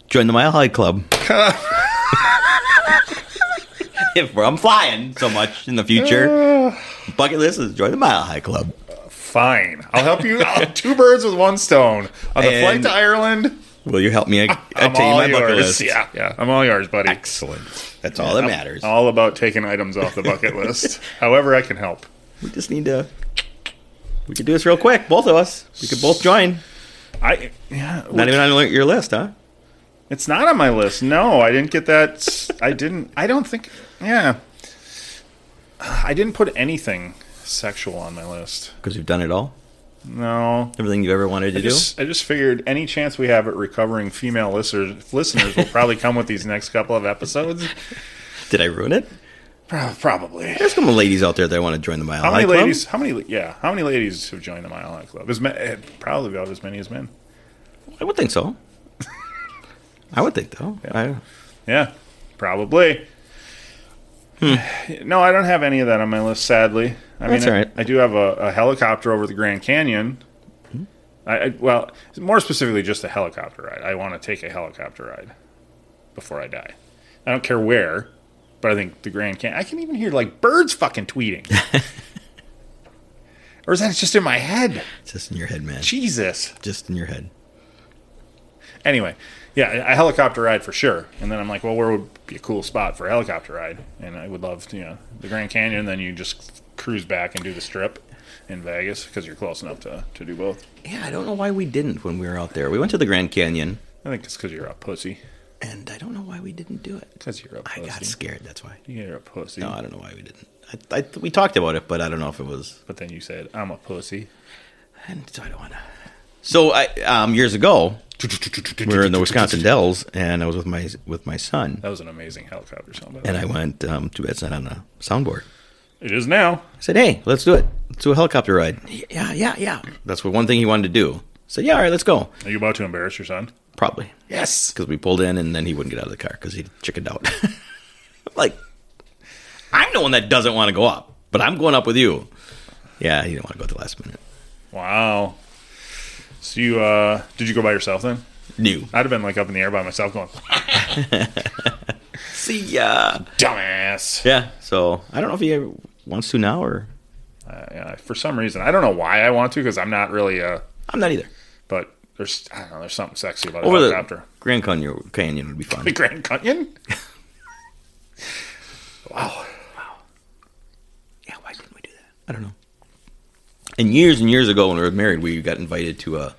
S3: join the Mile High Club. if I'm flying so much in the future, bucket list is join the Mile High Club.
S2: Fine, I'll help you. I'll- two birds with one stone. On the flight
S3: And
S2: to Ireland,
S3: Will you help me a-
S2: I'm
S3: attain
S2: all
S3: my bucket
S2: yours.
S3: list?
S2: Yeah, yeah, I'm all yours, buddy.
S3: Excellent. That's all that
S2: I'm
S3: matters.
S2: All about taking items off the bucket list. However, I can help.
S3: We just need to. We could do this real quick, both of us. We could both join.
S2: I yeah.
S3: Not even on your list, huh?
S2: It's not on my list. No, I didn't get that. I didn't. I don't think. Yeah, I didn't put anything sexual on my list.
S3: Because you've done it all.
S2: No,
S3: Everything you've ever wanted to do.
S2: just, I just figured any chance we have at recovering female listeners listeners will probably come with these next couple of episodes.
S3: Did I ruin it?
S2: Pro- Probably.
S3: There's some ladies out there that want to join the Mile
S2: How
S3: High
S2: many
S3: Club.
S2: ladies? How many? Yeah, how many ladies have joined the Mile High Club? As ma- eh, probably about as many as men.
S3: I would think so. I would think though. I,
S2: Yeah, probably. No, I don't have any of that on my list, sadly. I
S3: Hmm.
S2: mean,
S3: That's
S2: I-
S3: all right.
S2: I, do have a, a helicopter over the Grand Canyon.
S3: Hmm.
S2: I, I well, more specifically, just a helicopter ride. I want to take a helicopter ride before I die. I don't care where, but I think the Grand Canyon. I can even hear like birds fucking tweeting. or is that just in my head?
S3: Just in your head, man.
S2: Jesus.
S3: Just in your head.
S2: Anyway, yeah, a helicopter ride for sure. And then I'm like, well, where would be a cool spot for a helicopter ride? And I would love, to, you know, the Grand Canyon. Then you just cruise back and do the Strip in Vegas because you're close enough to, to do both.
S3: Yeah, I don't know why we didn't when we were out there. We went to the Grand Canyon,
S2: I think it's because you're a pussy.
S3: and I don't know why we didn't do it.
S2: Because you're a
S3: I
S2: pussy.
S3: got scared. That's why.
S2: You're a pussy.
S3: No, I don't know why we didn't. I, I, we talked about it, but I don't know if it was.
S2: But then you said, I'm a pussy.
S3: And so I don't want to. So I um, years ago, we were in the Wisconsin Dells, and I was with my with my son,
S2: That was an amazing helicopter sound.
S3: and I went. Um, too bad it's not on the soundboard.
S2: It is now.
S3: I said, "Hey, let's do it. Let's do a helicopter ride." Yeah, yeah, yeah. That's what one thing he wanted to do. I said, "Yeah, all right, let's go."
S2: Are you about to embarrass your son?
S3: Probably. Yes. Because we pulled in and then he wouldn't get out of the car because he chickened out. like, I'm the one that doesn't want to go up, but I'm going up with you. Yeah, he didn't want to go at the last minute.
S2: Wow. So you uh did you go by yourself then?
S3: New.
S2: I'd have been like up in the air by myself going,
S3: See ya.
S2: dumbass.
S3: Yeah. So I don't know if he ever wants to now or
S2: Uh, yeah, for some reason, I don't know why I want to because I'm not really a.
S3: I'm not either.
S2: But there's I don't know. There's something sexy about a
S3: Over
S2: helicopter.
S3: the Grand Canyon, Canyon would be fun.
S2: The Grand Canyon.
S3: Yeah, why didn't we do that? I don't know. And years and years ago, when we were married, we got invited to a,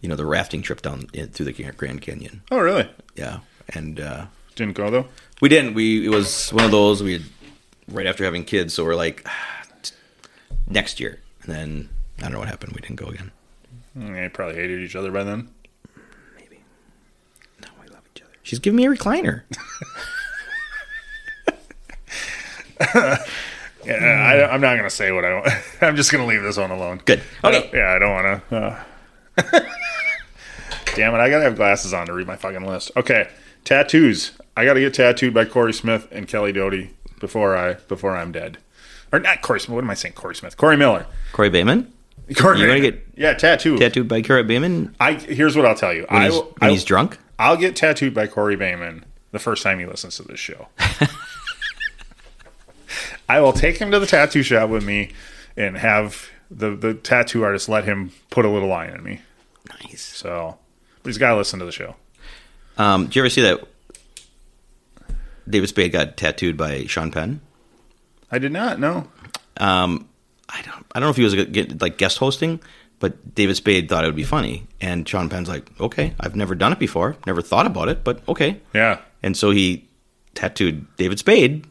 S3: you know, the rafting trip down in, through the Can- Grand Canyon.
S2: Oh really?
S3: Yeah, and uh,
S2: Didn't go though.
S3: we didn't. We it was one of those we had right after having kids, so we're like "Ah, t- next year. And then I don't know what happened. We didn't go again.
S2: Mm, They probably hated each other by then.
S3: Maybe. No, we love each other. She's giving me a recliner.
S2: Yeah, I, I'm not gonna say what I want. I'm just gonna leave this one alone.
S3: Hmm. Good.
S2: I
S3: Okay.
S2: don't- Yeah, I don't want to. Uh. Damn it! I gotta have glasses on to read my fucking list. Okay, tattoos. I gotta get tattooed by Corey Smith and Kelly Doty before I before I'm dead, or not Corey Smith. What am I saying? Corey Smith. Corey Miller.
S3: Corey Bayman
S2: Corey
S3: You're gonna
S2: Miller.
S3: get
S2: yeah tattooed.
S3: tattooed by Corey Bayman
S2: I here's what I'll tell you.
S3: when,
S2: I,
S3: he's,
S2: will-
S3: when
S2: I,
S3: he's drunk.
S2: I'll get tattooed by Corey Bayman the first time he listens to this show. I will take him to the tattoo shop with me and have the, the tattoo artist let him put a little line in me.
S3: Nice.
S2: So, but he's got to listen to the show.
S3: Um, did you ever see that David Spade got tattooed by Sean Penn?
S2: I did not know.
S3: I don't, I don't know if he was get, like guest hosting, but David Spade thought it would be funny, and Sean Penn's like, "Okay, I've never done it before, never thought about it, but okay."
S2: Yeah.
S3: And so he tattooed David Spade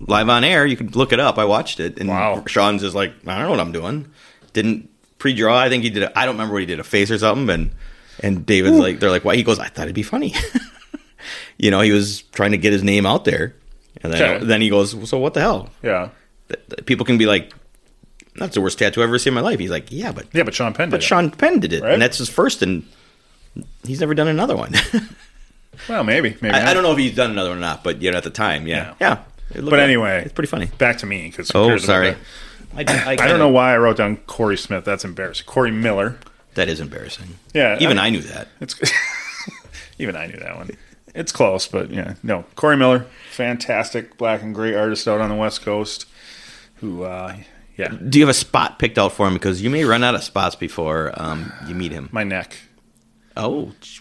S3: live on air. You can look it up. I watched it, and
S2: Wow.
S3: Sean's just like, "I don't know what I'm doing." Didn't pre-draw. I think he did. A, I don't remember what he did. A face or something, and and David's like, they're like, "Why?" He goes, "I thought it'd be funny." you know, he was trying to get his name out there, and then
S2: Okay.
S3: then he goes, "So what the hell?"
S2: Yeah.
S3: that- that people can be like, "That's the worst tattoo I've ever seen in my life." He's like, "Yeah, but
S2: Yeah, but Sean Penn did.
S3: but
S2: it.
S3: Sean Penn did it,
S2: Right?
S3: and that's his first, and he's never done another one.
S2: well, maybe. Maybe.
S3: I,
S2: not.
S3: I don't know if he's done another one or not, but you know, at the time, yeah, yeah. It looked
S2: But
S3: at-
S2: anyway.
S3: it's pretty funny.
S2: Back to me because
S3: Oh, sorry. I,
S2: I don't know why I wrote down Corey Smith. That's embarrassing. Corey Miller.
S3: That is embarrassing.
S2: Yeah,
S3: even
S2: I-
S3: I, knew that.
S2: It's even I knew that one. It's close, but yeah, no. Corey Miller, fantastic black and gray artist out on the West Coast, who, uh, yeah,
S3: Do you have a spot picked out for him? Because you may run out of spots before um, you meet him.
S2: my neck.
S3: Oh, sh-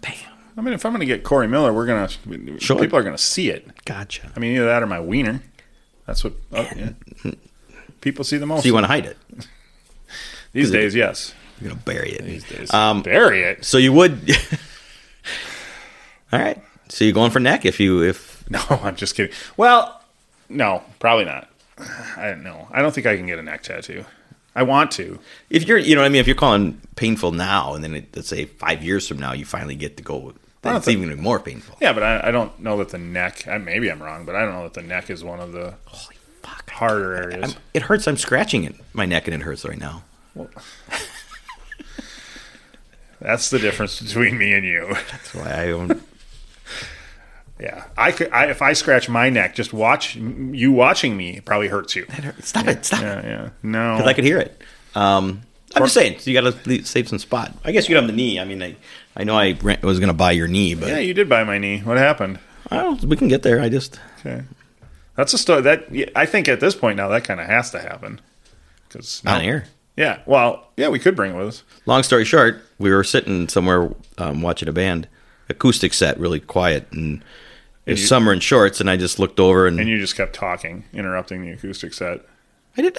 S3: bam!
S2: I mean, if I'm going to get Corey Miller, we're gonna
S3: Sure.
S2: people are gonna see it.
S3: Gotcha.
S2: I mean, either that or my wiener. That's what oh, yeah. people see the most
S3: So you want to hide it?
S2: these days. Yes,
S3: You're gonna bury it.
S2: these days.
S3: Um,
S2: Bury it.
S3: So you would. All right. So you're going for neck if you if
S2: No, I'm just kidding. Well, no, probably not. I don't know. I don't think I can get a neck tattoo. I want to.
S3: if you're you know what I mean if you're calling painful now and then it, let's say five years from now you finally get to go then
S2: don't
S3: it's
S2: think-
S3: even more painful.
S2: Yeah, but I, I don't know that the neck. I, maybe I'm wrong, but I don't know that the neck is one of the
S3: Holy fuck! I-
S2: harder areas.
S3: I'm- it hurts. I'm scratching it my neck and it hurts right now.
S2: That's the difference between me and you.
S3: That's why I own.
S2: Yeah, I could. I, if I scratch my neck, just watch you watching me probably hurts you.
S3: It hurts. Stop it! Stop it!
S2: Yeah, yeah. No,
S3: I could hear it. Um, I'm just saying. So you got to save some spot. I guess you got the knee. I mean, I I know I rent, was going to buy your knee, but
S2: yeah, you did buy my knee. What happened?
S3: oh, we can get there. I just
S2: Okay, that's a story that I think at this point now that kind of has to happen because
S3: not here.
S2: Yeah, well, yeah, we could bring it with us.
S3: long story short, we were sitting somewhere um, watching a band, acoustic set, really quiet, and it was
S2: you-
S3: summer in shorts. And I just looked over, and,
S2: And you just kept talking, interrupting the acoustic set.
S3: I did,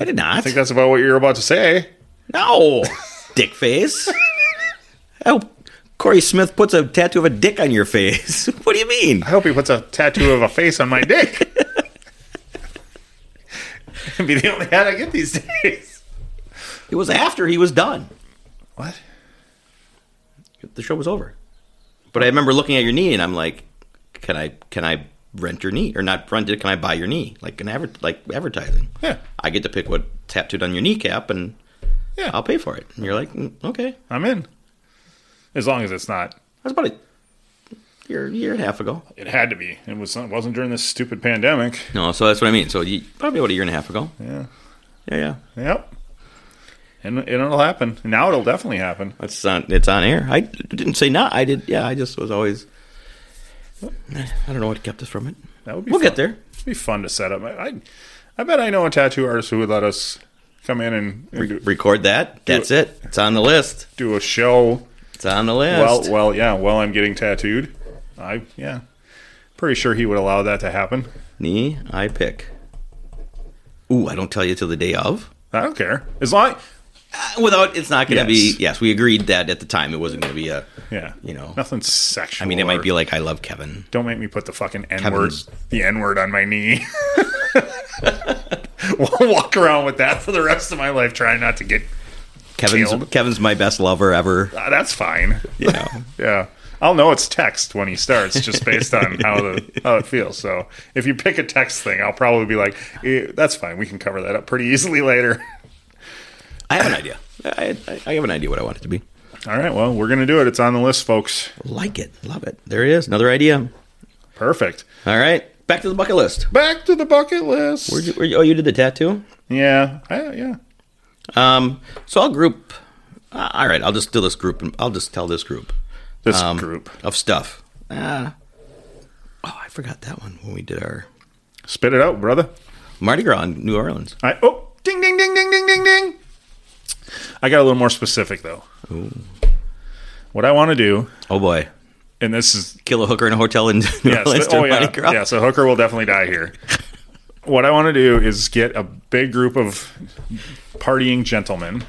S3: I did not.
S2: I think that's about what you're about to say.
S3: no, dick face. oh, Corey Smith puts a tattoo of a dick on your face. what do you mean?
S2: I hope he puts a tattoo of a face on my dick. It'd be the only hat I get these days.
S3: It was after he was done.
S2: What?
S3: The show was over. But I remember looking at your knee, and I'm like, "Can I? Can I rent your knee, or not rent it? Can I buy your knee, like an adver- like advertising?"
S2: Yeah,
S3: I get to pick what tattooed on your kneecap, and
S2: yeah.
S3: I'll pay for it. And you're like, "Mm, okay.
S2: I'm in. As long as it's not.
S3: That's about a year, year and a half ago.
S2: It had to be. It was not, wasn't during this stupid pandemic.
S3: No, so that's what I mean. So you, probably about a year and a half ago.
S2: Yeah.
S3: Yeah, yeah.
S2: Yep. And, and it'll happen. Now it'll definitely happen.
S3: It's on. It's on air. I didn't say not. I did. Yeah, I just was always. I don't know what kept us from it.
S2: That would be
S3: We'll
S2: fun.
S3: get there.
S2: It'd be fun to set up. I, I, I bet I know a tattoo artist who would let us come in and, and do,
S3: Record that. That's it. It's on the list.
S2: do a show.
S3: It's on the list.
S2: Well, well, yeah. While I'm getting tattooed, I yeah, pretty sure he would allow that to happen.
S3: knee, I pick. Ooh, I don't tell you till the day of.
S2: I don't care as long.
S3: Without, it's not going to
S2: Yes.
S3: be. Yes, we agreed that at the time it wasn't going to be a.
S2: Yeah,
S3: You know.
S2: nothing sexual.
S3: I mean, it
S2: or-
S3: might be like I love Kevin.
S2: Don't make me put the fucking N word,
S3: Kevin's-
S2: the N word on my knee. we'll walk around with that for the rest of my life, trying not to get.
S3: Kevin's
S2: Killed.
S3: Kevin's my best lover ever.
S2: Ah, that's fine.
S3: You know,
S2: Yeah. I'll know it's text when he starts, just based on how the how it feels. So if you pick a text thing, I'll probably be like, eh, "That's fine. We can cover that up pretty easily later."
S3: I have an idea. I, I, I have an idea what I want it to be.
S2: All right. Well, we're gonna do it. It's on the list, folks.
S3: Like it, love it. There it is. Another idea.
S2: Perfect.
S3: All right, back to the bucket list.
S2: Back to the bucket list.
S3: Where'd you, where you, oh, you did the tattoo.
S2: yeah. I, yeah.
S3: Um, so I'll group. Uh, all right, I'll just do this group, and I'll just tell this group
S2: This
S3: Um,
S2: group.
S3: of stuff. Uh, oh, I forgot that one when we did our
S2: Spit it out, brother.
S3: Mardi Gras in New Orleans.
S2: I oh ding ding ding ding ding ding ding. I got a little more specific though. What I want to do,
S3: Oh boy,
S2: and this is
S3: kill a hooker in a hotel in New
S2: yes,
S3: Orleans
S2: oh
S3: during
S2: yeah,
S3: Mardi Gras.
S2: yeah. So Hooker will definitely die here. what I want to do is get a big group of partying gentlemen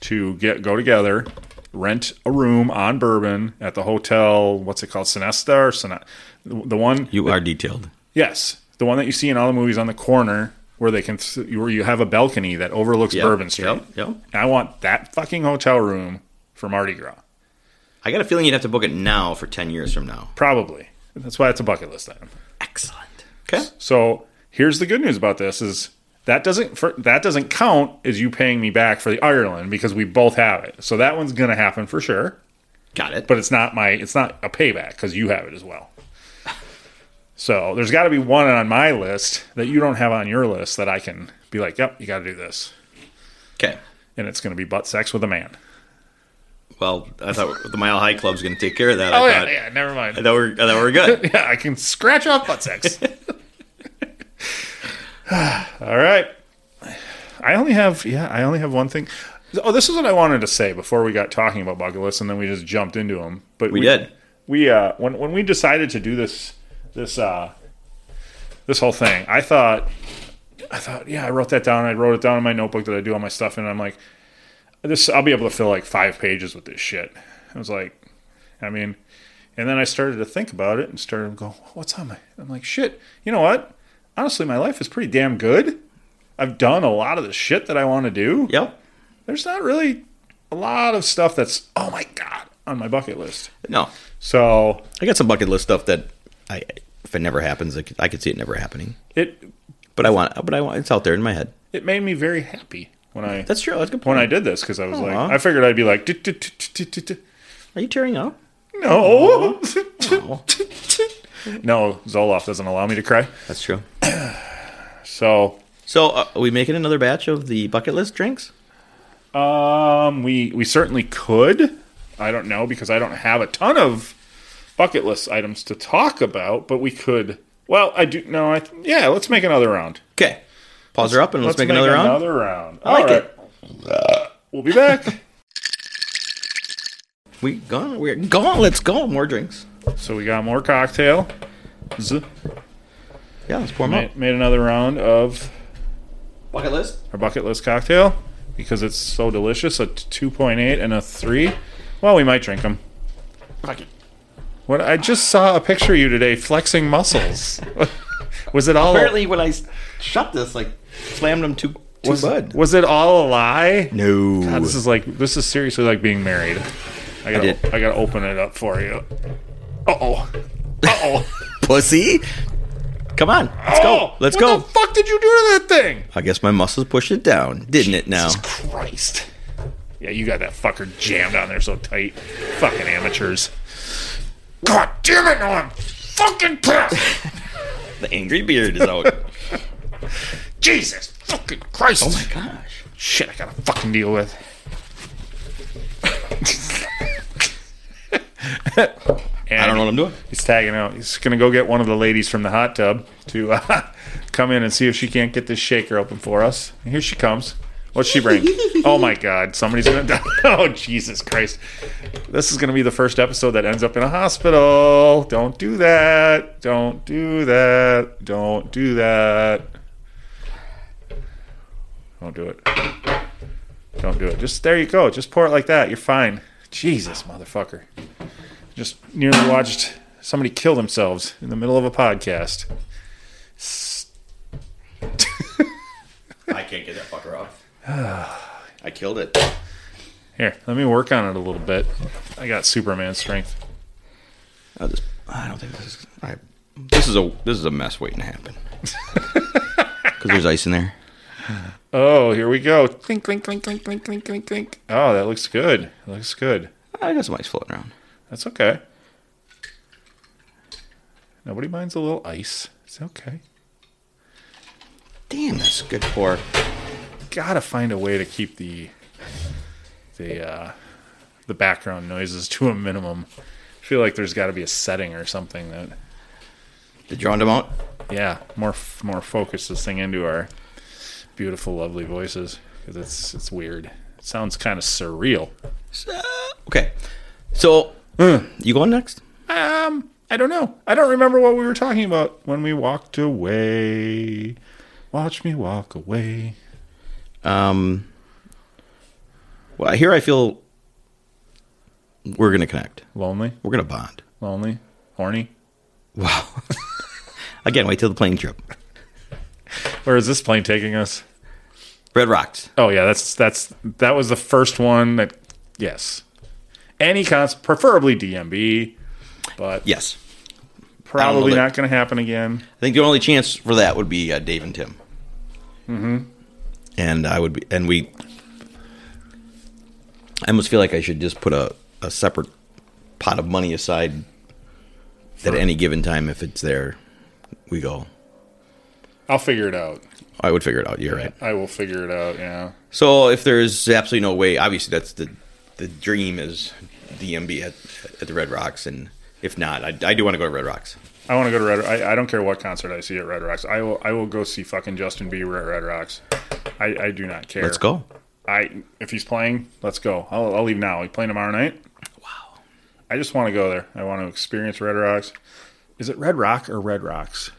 S2: to get go together, rent a room on Bourbon at the hotel. What's it called, Sinesta or Sinesta? The one
S3: You are detailed.
S2: Yes, the one that you see in all the movies on the corner where they can where you have a balcony that overlooks
S3: Yep,
S2: Bourbon Street.
S3: yep, yep.
S2: And I want that fucking hotel room for Mardi Gras.
S3: I got a feeling you'd have to book it now for ten years from now.
S2: Probably. That's why it's a bucket list item.
S3: Excellent. Okay.
S2: So here's the good news about this is that doesn't for, that doesn't count as you paying me back for the Ireland because we both have it. So that one's gonna happen for sure.
S3: Got it.
S2: But it's not my it's not a payback because you have it as well. So there's got to be one on my list that you don't have on your list that I can be like, yep, you got to do this.
S3: okay.
S2: and it's going to be butt sex with a man.
S3: Well, I thought the Mile High Club's going to take care of that.
S2: Oh
S3: I
S2: yeah,
S3: thought,
S2: yeah, never
S3: I
S2: mind.
S3: thought we're, I thought we're good.
S2: Yeah, I can scratch off butt sex. All right. I only have yeah, I only have one thing. Oh, this is what I wanted to say before we got talking about bucket lists, and then we just jumped into them. But
S3: We did.
S2: We uh, when when we decided to do this this uh, this whole thing, I thought I thought yeah, I wrote that down. I wrote it down in my notebook that I do all my stuff, in, and I'm like, this I'll be able to fill like five pages with this shit. I was like, I mean, and then I started to think about it and started to go, what's on my? I'm like, shit. You know what? Honestly, my life is pretty damn good. I've done a lot of the shit that I want to do.
S3: yep.
S2: There's not really a lot of stuff that's oh my god on my bucket list.
S3: No,
S2: So
S3: I got some bucket list stuff that I, if it never happens, I could, I could see it never happening.
S2: it
S3: But I want, but I want. It's out there in my head.
S2: it made me very happy when I
S3: That's true. That's a good
S2: when
S3: point.
S2: I did this because I was like
S3: Aw.
S2: I figured I'd be like "Tut, tut, tut, tut, tut, tut."
S3: Are you tearing up?
S2: no no Zoloft doesn't allow me to cry.
S3: That's true.
S2: So
S3: So, uh, are we making another batch of the bucket list drinks?
S2: Um, we we certainly could. I don't know because I don't have a ton of bucket list items to talk about, but we could. Well, I do. No, I th- yeah. Let's make another round.
S3: Okay. Pause her up and let's, make, another, round.
S2: Another round. All
S3: like it.
S2: We'll be back.
S3: We gone. We're gone. Let's go. More drinks.
S2: so we got more cocktail. Z-
S3: Yeah, let's pour them
S2: made, made another round of
S3: up. Bucket list.
S2: our bucket list cocktail because it's so delicious. A two point eight and a three. Well, we might drink them. What I just saw a picture of you today flexing muscles. Was it all
S3: Apparently, when I s- shut this, like slammed them to, to
S2: was,
S3: bud.
S2: was it all a lie?
S3: No.
S2: God, this is like this is seriously like being married. I gotta
S3: did.
S2: I, gotta open it up for you. Uh oh. Uh oh.
S3: pussy. Come on. Let's go. Let's
S2: what
S3: go.
S2: the fuck did you do to that thing?
S3: I guess my muscles pushed it down, didn't it? Now.
S2: Jesus Christ. Yeah, you got that fucker jammed on there so tight. Fucking amateurs. God damn it, no, I'm fucking pissed.
S3: The angry beard is out.
S2: Jesus Fucking Christ!
S3: Oh my gosh.
S2: Shit, I gotta fucking deal with.
S3: I don't know what I'm doing.
S2: He's tagging out. He's gonna go get one of the ladies from the hot tub to uh, come in and see if she can't get this shaker open for us. And here she comes. What's she bring? oh my God! Somebody's gonna die. Oh Jesus Christ! This is gonna be the first episode that ends up in a hospital. Don't do that. Don't do that. Don't do that. Don't do it. Don't do it. Just there you go. Just pour it like that. You're fine. Jesus, motherfucker just nearly watched somebody kill themselves in the middle of a podcast.
S3: I can't get that fucker off. I killed it.
S2: Here, let me work on it a little bit. I got Superman strength.
S3: I just I don't think this is I this is a this is a mess waiting to happen. Cuz there's ice in there.
S2: Oh, here we go. Clink, clink, clink, clink, clink, clink, clink, clink. Oh, that looks good. That looks good.
S3: I got some ice floating around.
S2: That's okay. Nobody minds a little ice. It's okay.
S3: Damn, that's a good pour.
S2: Gotta find a way to keep the the uh, the background noises to a minimum. I feel like there's got to be a setting or something that
S3: Did you round them out?
S2: yeah, more f- more focus this thing into our beautiful, lovely voices because it's it's weird. It sounds kind of surreal.
S3: So- Okay. So, mm, you going next?
S2: Um, I don't know. I don't remember what we were talking about when we walked away. Watch me walk away.
S3: Um Well, here I feel we're going to connect.
S2: Lonely,
S3: We're going to bond.
S2: lonely, horny.
S3: Wow. Again, wait till the plane trip.
S2: Where is this plane taking us?
S3: Red Rocks.
S2: Oh yeah, that's that's that was the first one that yes. Any cons, preferably DMB, but
S3: Yes.
S2: probably
S3: that-
S2: not going to happen again.
S3: I think the only chance for that would be uh, Dave and Tim. Mm-hmm. And I would be, and we. I almost feel like I should just put a, a separate pot of money aside. At any given time, if it's there, we go.
S2: I'll figure it out.
S3: I would figure it out. You're right.
S2: I will figure it out. Yeah.
S3: So if there's absolutely no way, obviously that's the the dream is DMB at, at the Red Rocks, and if not, I, I do want to go to Red Rocks.
S2: I want to go to Red. I, I don't care what concert I see at Red Rocks. I will. I will go see fucking Justin Bieber at Red Rocks. I, I do not care.
S3: Let's go.
S2: I if he's playing, let's go. I'll, I'll leave now. He's playing tomorrow night.
S3: Wow.
S2: I just want to go there. I want to experience Red Rocks. Is it Red Rock or Red Rocks?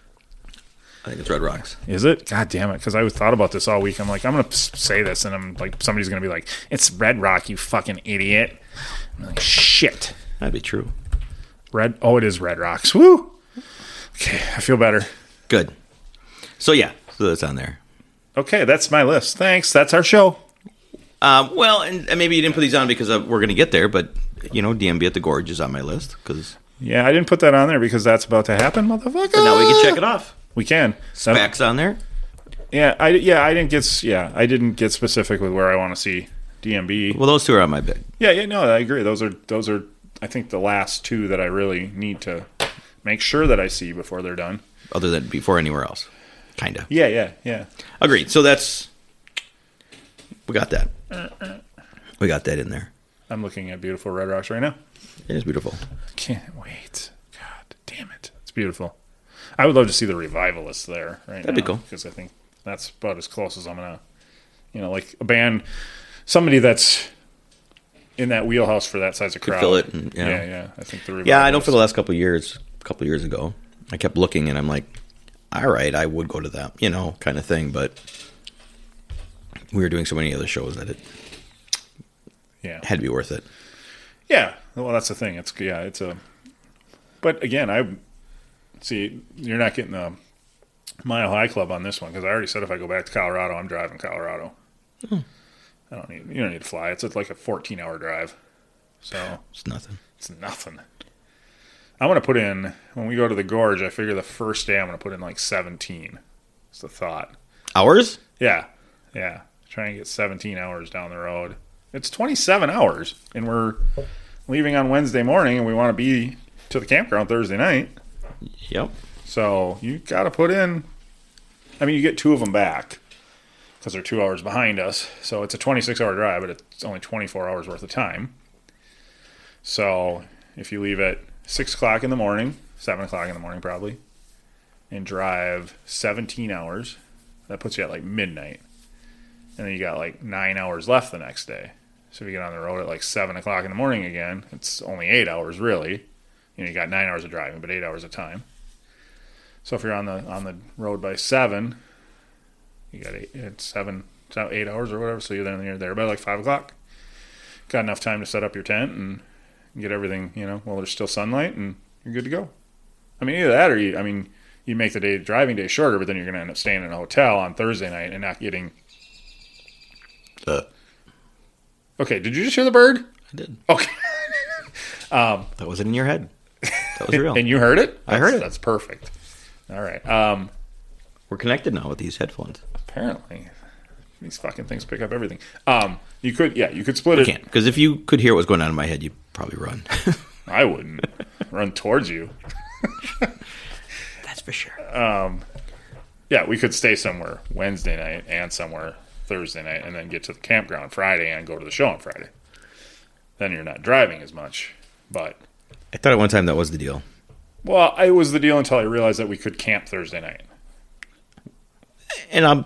S3: I think it's Red Rocks.
S2: Is it? God damn it! Because I was thought about this all week. I'm like, I'm gonna s- say this, and I'm like, somebody's gonna be like, "It's Red Rock, you fucking idiot." I'm like, shit.
S3: That'd be true.
S2: Red. Oh, it is Red Rocks. Woo. Okay, I feel better.
S3: Good. So yeah, so that's on there.
S2: Okay, that's my list. Thanks. That's our show.
S3: Um, well, and, and maybe you didn't put these on because uh, we're going to get there, but you know, DMB at the Gorge is on my list because
S2: Yeah, I didn't put that on there because that's about to happen, motherfucker.
S3: now we can check it off.
S2: We can. So-
S3: Facts on there.
S2: yeah, I yeah I didn't get s- yeah I didn't get specific with where I want to see DMB.
S3: Well, those two are on my bid.
S2: Yeah, yeah, no, I agree. Those are those are I think the last two that I really need to make sure that I see before they're done.
S3: Other than before anywhere else, kind of
S2: Yeah, yeah, yeah.
S3: agreed. So that's we got that. We got that in there.
S2: I'm looking at beautiful Red Rocks right now.
S3: It is beautiful.
S2: Can't wait. God damn it, it's beautiful. I would love to see the revivalists there right
S3: That'd be cool.
S2: because I think that's about as close as I'm gonna, you know, like a band, somebody that's in that wheelhouse for that size of crowd.
S3: fill it and- yeah.
S2: yeah, yeah. I think the revivalists.
S3: Yeah, I know. For the last couple of years, a couple of years ago, I kept looking and I'm like, all right, I would go to that, you know, kind of thing. But we were doing so many other shows that it
S2: yeah.
S3: had to be worth it.
S2: Yeah. Well, that's the thing. It's yeah, it's a. But again, I see you're not getting the mile high club on this one because I already said if I go back to Colorado, I'm driving Colorado. I don't need you don't need to fly. It's like a 14 hour drive, so
S3: It's nothing.
S2: it's nothing. I'm gonna put in when we go to the gorge. I figure the first day I'm gonna put in like 17. It's the thought.
S3: Hours?
S2: Yeah, yeah. Try and get 17 hours down the road. It's 27 hours, and we're leaving on Wednesday morning, and we want to be to the campground Thursday night.
S3: Yep.
S2: So you got to put in. I mean, you get two of them back, because they're two hours behind us. So it's a 26 hour drive, but it's only 24 hours worth of time. So if you leave at six o'clock in the morning, seven o'clock in the morning probably, and drive 17 hours, that puts you at like midnight. And then you got like nine hours left the next day. So if you get on the road at like seven o'clock in the morning again, it's only eight hours really. You know, you got nine hours of driving, but eight hours of time. So if you're on the on the road by seven, you got eight, it's seven, it's now eight hours or whatever. So you're there, you're there by like five o'clock. Got enough time to set up your tent and get everything, you know, while there's still sunlight, and you're good to go. I mean, either that or you, I mean, you make the day driving day shorter, but then you're going to end up staying in a hotel on Thursday night and not getting.
S3: Uh,
S2: Okay, did you just hear the bird?
S3: I did.
S2: Okay,
S3: That wasn't in your head. That was real.
S2: and you heard it.
S3: I heard
S2: That's-
S3: it.
S2: That's perfect. All right. Um,
S3: We're connected now with these headphones.
S2: apparently, these fucking things pick up everything. Um, you could, yeah, you could split it.
S3: Can't because if you could hear what was going on in my head, you'd probably run.
S2: I wouldn't run towards you.
S3: That's for sure.
S2: Yeah, we could stay somewhere Wednesday night and somewhere Thursday night, and then get to the campground Friday and go to the show on Friday. Then you're not driving as much, but
S3: I thought at one time that was the deal.
S2: well, it was the deal until I realized that we could camp Thursday night.
S3: And I'm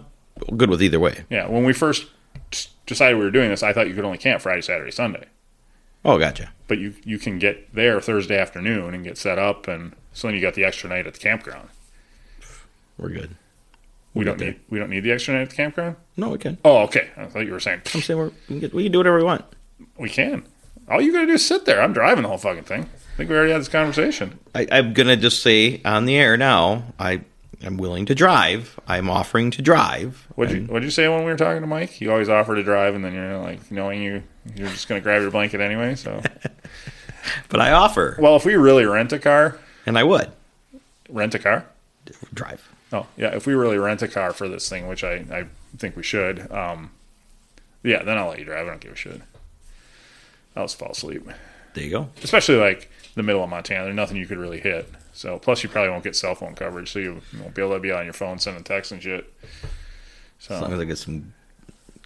S3: good with either way.
S2: Yeah, when we first s- decided we were doing this, I thought you could only camp Friday, Saturday, Sunday.
S3: Oh, gotcha.
S2: but you you can get there Thursday afternoon and get set up, and so then you got the extra night at the campground.
S3: We're good.
S2: We don't
S3: get
S2: need we don't need the extra night at the campground.
S3: No, we can.
S2: Oh, okay. I thought you were saying
S3: I'm saying we're, we, can get, we can do whatever we want.
S2: we can. All you gotta do is sit there. I'm driving the whole fucking thing. I think we already had this conversation.
S3: I, I'm gonna just say on the air now. I am willing to drive. I'm offering to drive.
S2: What'd you What'd you say when we were talking to Mike? You always offer to drive, and then you're like knowing you you're just gonna grab your blanket anyway. So,
S3: But I offer,
S2: well, if we really rent a car,
S3: and I would
S2: rent a car.
S3: drive.
S2: Oh yeah, if we really rent a car for this thing, which I, I think we should, um, yeah, then I'll let you drive. I don't give a shit. I'll just fall asleep,
S3: There you go.
S2: especially like the middle of Montana. There's nothing you could really hit. So plus, you probably won't get cell phone coverage, so you won't be able to be on your phone sending texts and shit.
S3: As long as I get some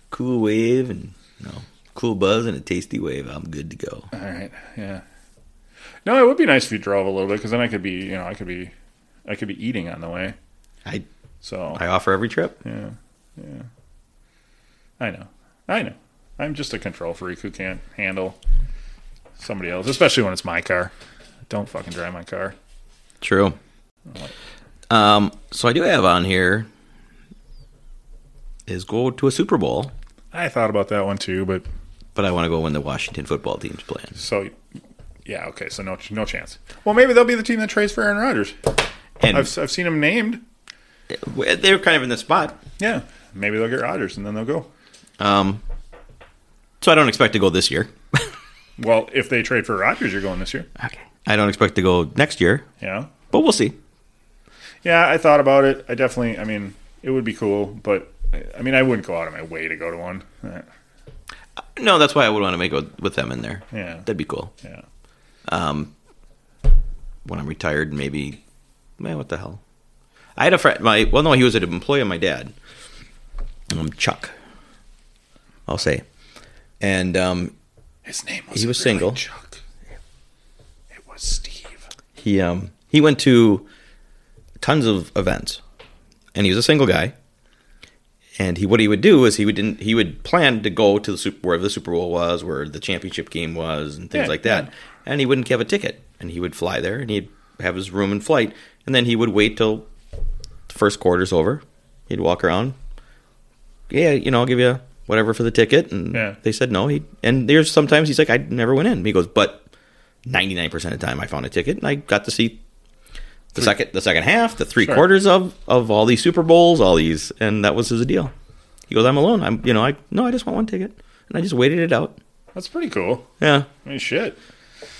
S3: cool wave and you know, cool buzz and a tasty wave, I'm good to go.
S2: All right, yeah. No, it would be nice if you drove a little bit because then I could be, you know, I could be, I could be eating on the way.
S3: I
S2: So
S3: I offer every trip.
S2: yeah, yeah. I know, I know. I'm just a control freak who can't handle somebody else, especially when it's my car. Don't fucking drive my car.
S3: True. Um, so I do have on here is go to a Super Bowl,
S2: I thought about that one too, but
S3: but I want to go when the Washington football team's playing.
S2: so yeah, okay. So no, no chance. Well, maybe they'll be the team that trades for Aaron Rodgers.
S3: And
S2: I've I've seen him named.
S3: they're kind of in the spot.
S2: Yeah, maybe they'll get Rodgers and then they'll go.
S3: Um, so I don't expect to go this year.
S2: Well, if they trade for Rodgers, you're going this year.
S3: Okay. I don't expect to go next year,
S2: Yeah.
S3: but we'll see.
S2: Yeah, I thought about it. I definitely, I mean, it would be cool, but I- I mean, I wouldn't go out of my way to go to one. Uh,
S3: No, that's why I would want to make it with them in there.
S2: Yeah.
S3: That'd be cool.
S2: Yeah.
S3: When I'm retired, maybe. Man, what the hell? I had a friend. My well, no, he was an employee of my dad. Um, Chuck. I'll say, and um,
S2: His name was
S3: He was single.
S2: Chuck. It was Steve.
S3: he um he went to tons of events and he was a single guy and he what he would do is he would not he would plan to go to the super wherever the super bowl was where the championship game was and things
S2: Yeah,
S3: like that and he wouldn't have a ticket and he would fly there and he'd have his room and flight and then he would wait till the first quarter's over he'd walk around yeah you know i'll give you whatever for the ticket and
S2: Yeah.
S3: they said no he and there's sometimes he's like i never went in he goes but 99% of the time I found a ticket and I got to see the second the second half, the three
S2: Sure.
S3: quarters of of all these Super Bowls, all these and that was his deal. He goes, I'm alone. I'm you know, I no, I just want one ticket. And I just waited it out.
S2: That's pretty cool.
S3: Yeah.
S2: I mean, shit.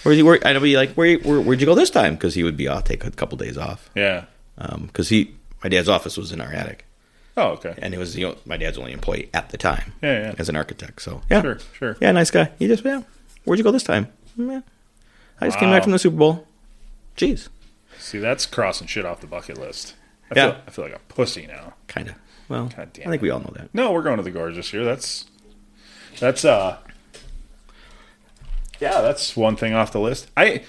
S3: Where's he work? I'd be like, where, where where'd you go this time? Because he would be, I'll take a couple days off.
S2: Yeah.
S3: Because he, my dad's office was in our attic,
S2: Oh, okay.
S3: and it was you know, my dad's only employee at the time.
S2: Yeah, yeah.
S3: As an architect, so yeah,
S2: Sure, sure.
S3: yeah, nice guy. He just, yeah, where'd you go this time? Yeah, I just came
S2: Wow.
S3: back from the Super Bowl. Jeez,
S2: See, that's crossing shit off the bucket list. I
S3: Yeah.
S2: Feel, I feel like a pussy now.
S3: kind of. Well, I
S2: God damn
S3: think we all know that.
S2: No, we're going to the gorge this year. That's that's uh Yeah, that's one thing off the list. I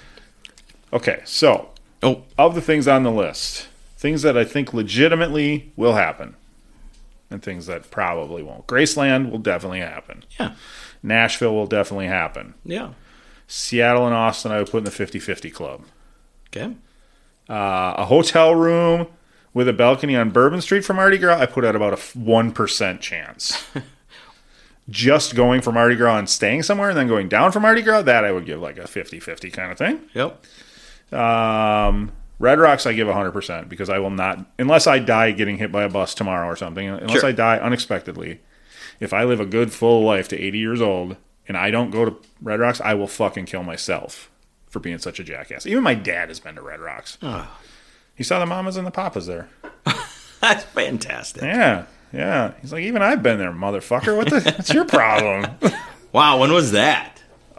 S2: Okay, so
S3: Oh,
S2: of the things on the list, things that I think legitimately will happen and things that probably won't. Graceland will definitely happen.
S3: yeah,
S2: Nashville will definitely happen.
S3: yeah.
S2: Seattle and Austin I would put in the 50-50 club.
S3: Okay.
S2: Uh, a hotel room with a balcony on Bourbon Street from Mardi Gras, I put out about a f- 1% chance. Just going from Mardi Gras and staying somewhere and then going down from Mardi Gras, that I would give like a 50 50 kind of thing.
S3: Yep.
S2: Um, Red Rocks, I give 100% because I will not, unless I die getting hit by a bus tomorrow or something, unless
S3: Sure.
S2: I die unexpectedly, if I live a good full life to 80 years old and I don't go to Red Rocks, I will fucking kill myself for being such a jackass. Even my dad has been to Red Rocks.
S3: Ah.
S2: He saw the mamas and the papas there.
S3: That's fantastic.
S2: Yeah. Yeah. He's like, even I've been there, motherfucker. What the? What's your problem?
S3: Wow. When was that?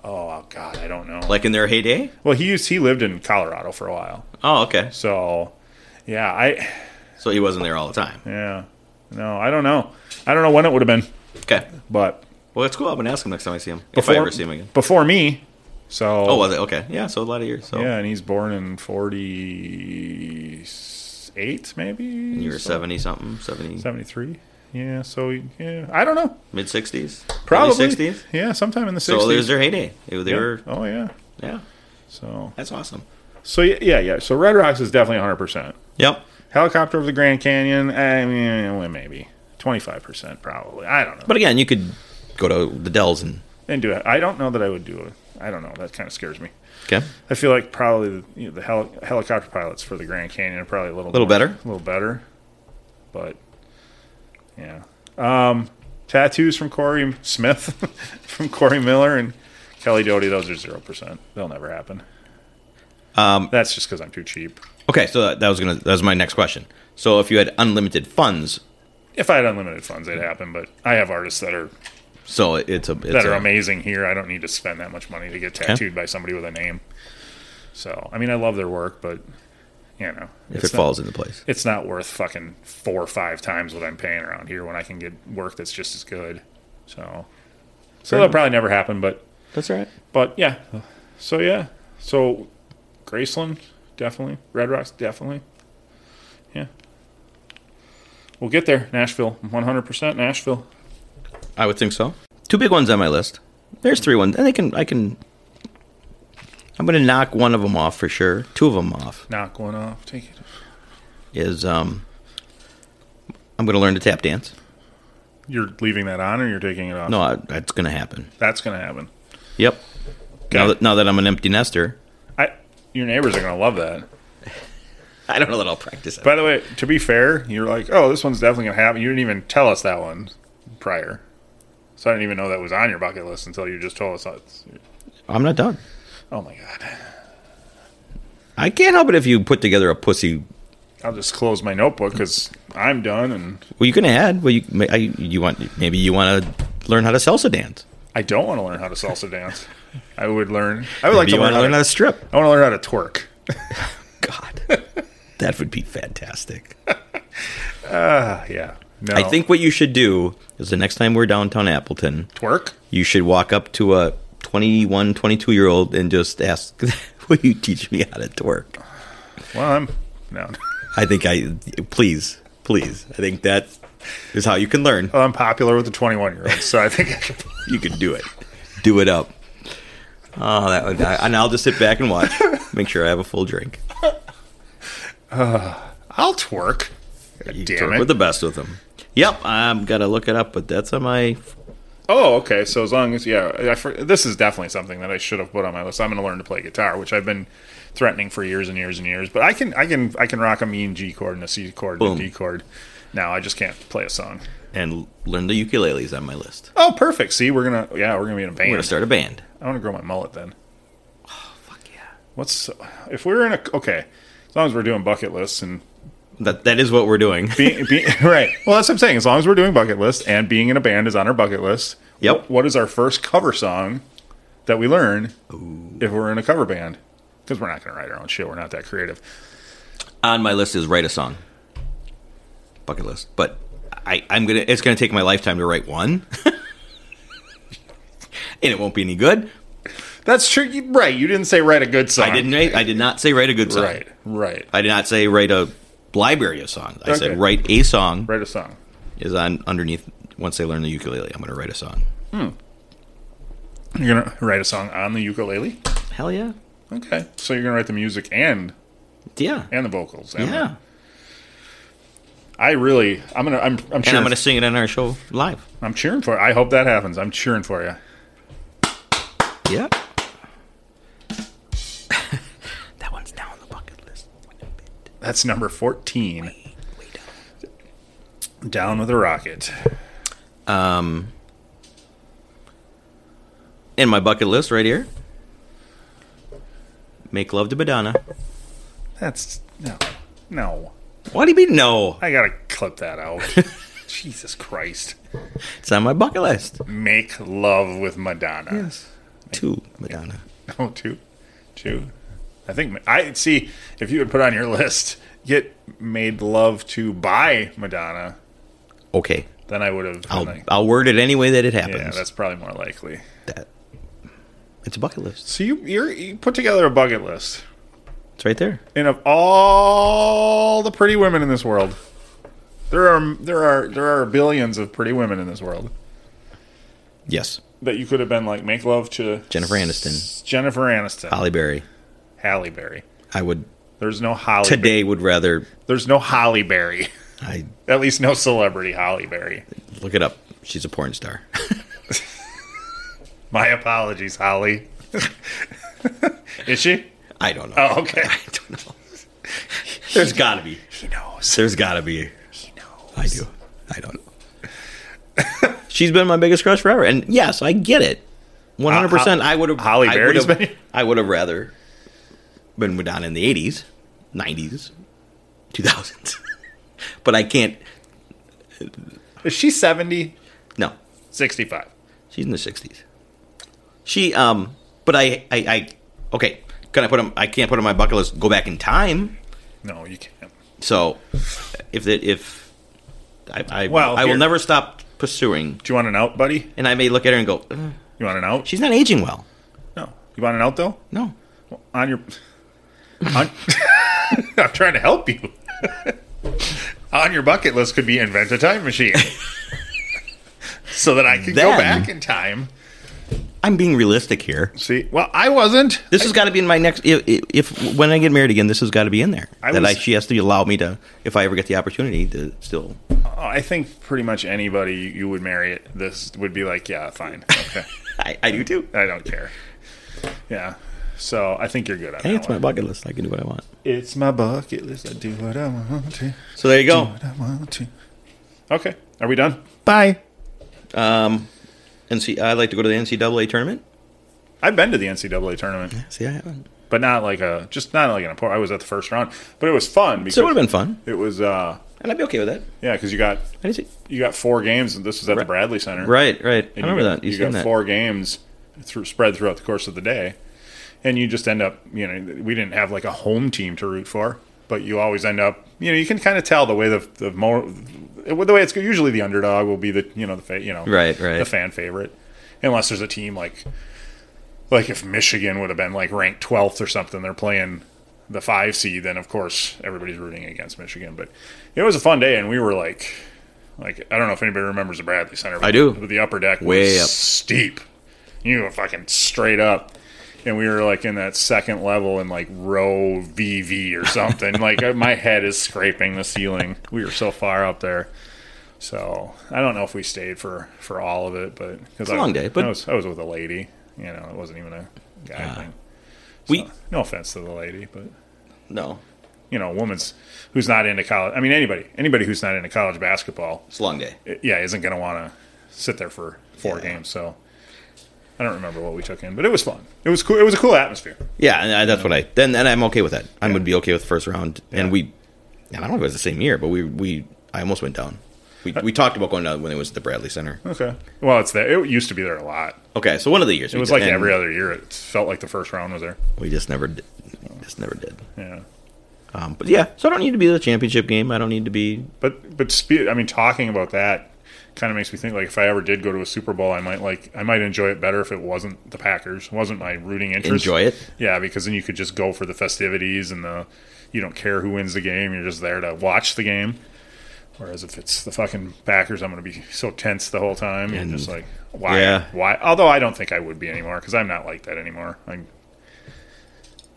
S2: oh, God. I don't know.
S3: Like in their heyday?
S2: Well, he used, he lived in Colorado for a while.
S3: Oh, okay.
S2: So, yeah. I,
S3: So he wasn't there all the time.
S2: Yeah. No, I don't know. I don't know when it would have been,
S3: Okay.
S2: but
S3: Well, let's go up and ask him next time I see him.
S2: before
S3: if I ever see him again.
S2: Before me. So
S3: Oh, was it? Oh. Okay. Yeah. So a lot of years. So
S2: Yeah, and he's born in 48 maybe. And
S3: you were 70 something, 70,
S2: 73. Yeah, so he- yeah, I don't know.
S3: mid 60s?
S2: Probably
S3: 60s?
S2: Yeah, sometime in the 60s.
S3: So there's their heyday. They, they
S2: Yeah.
S3: were,
S2: Oh yeah.
S3: yeah.
S2: So
S3: That's awesome.
S2: So yeah, yeah, yeah. So Red Rocks is definitely 100%.
S3: Yep.
S2: Helicopter over the Grand Canyon, eh, I mean, well, maybe 25% probably. I don't know.
S3: But again, you could go to the Dells and,
S2: And do it. I don't know that I would do it. I don't know. That kind of scares me.
S3: okay.
S2: I feel like probably the, you know, the hel- helicopter pilots for the Grand Canyon are probably a little
S3: Little
S2: more-
S3: better?
S2: a little better. But yeah, um, tattoos from Corey Smith, from Corey Miller and Kelly Doty. Those are zero percent. They'll never happen. Um, That's just because I'm too cheap.
S3: Okay. So that, that was going to, that was my next question. So if you had unlimited funds,
S2: If I had unlimited funds, they'd happen. But I have artists that are
S3: so it- it's a, it's
S2: that are
S3: a-
S2: amazing here. I don't need to spend that much money to get tattooed by somebody with a name. So I mean, I love their work, but you know,
S3: if it
S2: it's not-
S3: falls into place.
S2: it's not worth fucking four or five times what I'm paying around here when I can get work that's just as good. So, so that'll probably never happen. But,
S3: That's all right.
S2: but yeah. So yeah. So, Graceland definitely. Red Rocks definitely. Yeah. We'll get there. Nashville, 100% Nashville.
S3: I would think so. Two big ones on my list. There's three ones, and I can I can. I'm gonna knock one of them off for sure. Two of them off
S2: Knock one off. Take it.
S3: is um. I'm gonna learn to tap dance.
S2: You're leaving that on, or you're taking it off.
S3: No, I, that's gonna happen.
S2: that's gonna happen.
S3: Yep. Now
S2: Okay.
S3: that now that I'm an empty nester,
S2: I. Your neighbors are gonna love that.
S3: I don't know that I'll practice. It.
S2: By the way, to be fair, you're like, oh, this one's definitely gonna happen. You didn't even tell us that one prior, so I didn't even know that was on your bucket list until you just told us. that.
S3: I'm not done.
S2: Oh my god!
S3: I can't help it if you put together a pussy.
S2: I'll just close my notebook because I'm done, and
S3: Well, you can add. Well, you may- I, you want maybe you want to learn how to salsa dance.
S2: I don't want to learn how to salsa dance. I would learn. I would
S3: Maybe
S2: like to
S3: you
S2: learn.
S3: wanna
S2: How
S3: learn how
S2: to,
S3: to strip.
S2: I want to learn how to twerk.
S3: God, that would be fantastic.
S2: Oh. Ah, yeah. No.
S3: I think what you should do is the next time we're downtown Appleton,
S2: twerk.
S3: you should walk up to a 21, 22 year old and just ask, Will you teach me how to twerk?
S2: Well, I'm no.
S3: I think I, please, please. I think that is how you can learn.
S2: Well, I'm popular with the 21 year olds, so I think I could.
S3: You can do it. Do it up. Oh, that would, I, and I'll just sit back and watch, make sure I have a full drink.
S2: I'll twerk. God
S3: You
S2: damn
S3: twerk
S2: it.
S3: with the best with them. Yep, I'm gonna look it up, but that's on my.
S2: Oh, okay. So as long as yeah, I, for, this is definitely something that I should have put on my list. I'm going to learn to play guitar, which I've been threatening for years and years and years. But I can, I can, I can rock a mean G chord and a C chord and
S3: Boom.
S2: a D chord. Now I just can't play a song.
S3: and learn the ukuleles on my list.
S2: Oh, perfect. See, we're gonna yeah, we're gonna be in a band.
S3: We're gonna start a band.
S2: I want to grow my mullet then.
S3: Fuck yeah!
S2: What's if we're in a okay? As long as we're doing bucket lists and
S3: That that is what we're doing.
S2: being, being right. Well, that's what I'm saying. As long as we're doing bucket list and being in a band is on our bucket list.
S3: Yep.
S2: What is our first cover song that we learn if we're in a cover band? Because we're not going to write our own shit. We're not that creative.
S3: on my list is write a song. Bucket list, but I, I'm gonna. It's gonna take my lifetime to write one, and it won't be any good.
S2: That's true. You, right. You didn't say write a good song.
S3: I didn't. Write, I did not say write a good song.
S2: Right. Right.
S3: I did not say write a library of songs. I
S2: Okay.
S3: said write a song.
S2: Write a song.
S3: Is on underneath. Once I learn the ukulele, I'm gonna write a song.
S2: You're gonna write a song on the ukulele.
S3: Hell yeah,
S2: Okay. So you're gonna write the music and
S3: yeah,
S2: and the vocals. and-
S3: yeah.
S2: I really. I'm gonna. I'm. I'm
S3: And
S2: cheering.
S3: I'm gonna sing it on our show live.
S2: I'm cheering for. You. I hope that happens. I'm cheering for you.
S3: Yeah. that one's down on the bucket list.
S2: That's number fourteen. Down with a rocket.
S3: And Um, my bucket list right here. Make love to Madonna.
S2: That's no, no.
S3: Why do you mean no?
S2: I gotta clip that out. Jesus Christ.
S3: It's on my bucket list.
S2: Make love with Madonna.
S3: Two Madonna.
S2: Oh, two, two. I think I see if you would put on your list, get made love to by Madonna.
S3: Okay.
S2: Then I would have. been
S3: I'll,
S2: like,
S3: I'll word it any way that it happens.
S2: yeah, that's probably more likely.
S3: that. It's a bucket list.
S2: So you you're, you put together a bucket list,
S3: It's right there.
S2: and of all the pretty women in this world, there are there are there are billions of pretty women in this world
S3: Yes.
S2: that you could have been like make love to
S3: Jennifer Aniston.
S2: Jennifer Aniston,
S3: Holly Berry.
S2: Halle Berry.
S3: I would
S2: There's no Holly.
S3: today would rather
S2: There's no Holly Berry.
S3: I
S2: At least no celebrity Holly Berry.
S3: look it up. She's a porn star.
S2: My apologies, Holly. Is she?
S3: I don't know.
S2: Oh, okay.
S3: I don't know. There's gotta be.
S2: He knows.
S3: There's gotta be.
S2: He knows.
S3: I do. I don't know. She's been my biggest crush forever, and yes, I get it. One hundred percent. I would have.
S2: Holly
S3: I
S2: Berry's
S3: would have.
S2: been-
S3: I would have rather been Madonna in the eighties, nineties, two thousands. but I can't.
S2: Is she 70?
S3: No,
S2: 65.
S3: she's in the sixties. She. Um. But I. I. I okay. Can I put on? I can't put on my bucket list. Go back in time.
S2: No, you can't.
S3: So, if it, if I, I
S2: Well,
S3: I
S2: here-
S3: will never stop pursuing,
S2: Do you want an out, buddy?
S3: and I may look at her and go, "Ugh,
S2: You want an out?
S3: she's not aging well.
S2: No. You want an out, though?
S3: No.
S2: On your. On... I'm trying to help you. on your bucket list could be invent a time machine. so that I can go
S3: Then-
S2: back in time.
S3: I'm being realistic here.
S2: See, well, I wasn't.
S3: This has got to be in my next. If, if, if when I get married again, this has got to be in there.
S2: I
S3: that
S2: was-
S3: I, she has to allow me to, if I ever get the opportunity to still.
S2: Oh, I think pretty much anybody you would marry, at this would be like, yeah, fine, okay,
S3: I, I do too.
S2: I don't care. Yeah, so I think you're good on
S3: Hey,
S2: that
S3: it's my
S2: one.
S3: bucket list. I can do what I want.
S2: it's my bucket list. I do what I want to.
S3: So there you
S2: Do
S3: go.
S2: what I want to. Okay, are we done? Bye.
S3: And see, I like to go to the NCAA tournament.
S2: I've been to the NCAA tournament,
S3: See, I haven't.
S2: but not like a just not like an important. I was at the first round, but it was fun because
S3: So it would have been fun,
S2: it was uh
S3: and I'd be okay with that.
S2: yeah because you got
S3: I didn't see-
S2: you got four games and this was at the Bradley Center
S3: Right, right. I
S2: And
S3: remember
S2: you got,
S3: that. You,
S2: you
S3: said
S2: got
S3: that.
S2: four games through, spread throughout the course of the day, and you just end up. You know, we didn't have like a home team to root for, but you always end up. You know, you can kind of tell the way the the more the way it's go- usually the underdog will be the you know the fa- you know
S3: Right, right.
S2: the fan favorite, unless there's a team like like if Michigan would have been like ranked twelfth or something, they're playing the five seed, then of course everybody's rooting against Michigan. But it was a fun day, and we were like, like I don't know if anybody remembers the Bradley Center. But
S3: I do.
S2: But the upper deck was
S3: Way up.
S2: steep. You were fucking straight up. And we were like in that second level in like row VV or something. like uh, my head is scraping the ceiling. We were so far up there. So I don't know if we stayed for for all of it, but because
S3: a long day, but- Ah.
S2: I was, I was with a lady. You know, it wasn't even a guy thing.
S3: We
S2: No offense to the lady, but
S3: no.
S2: you know, a woman's who's not into college. I mean, anybody anybody who's not into college basketball
S3: It's a long day.
S2: it- yeah, isn't going to want to sit there for four games. So I don't remember what we took in, but it was fun. It was cool. It was a cool atmosphere.
S3: Yeah, and I, that's what I then and I'm okay with that. I would be okay with first round.
S2: Yeah.
S3: And we and I don't know if it was the same year, but we we I almost went down. We we talked about going down when it was at the Bradley Center.
S2: Okay. Well, it's there. It used to be there a lot.
S3: Okay, so one of the years
S2: It was like every other year. It felt like the first round was there.
S3: we just never did, just never did.
S2: Yeah.
S3: Um, but yeah, so I don't need to be the championship game. I don't need to be.
S2: But but spe- I mean, talking about that kind of makes me think like if I ever did go to a Super Bowl, I might like I might enjoy it better if it wasn't the Packers, wasn't my rooting interest.
S3: Enjoy it?
S2: yeah, because then you could just go for the festivities and the you don't care who wins the game, you're just there to watch the game. Whereas if it's the fucking Packers, I'm going to be so tense the whole time and, just like why
S3: yeah.
S2: why. Although I don't think I would be anymore because I'm not like that anymore. I'm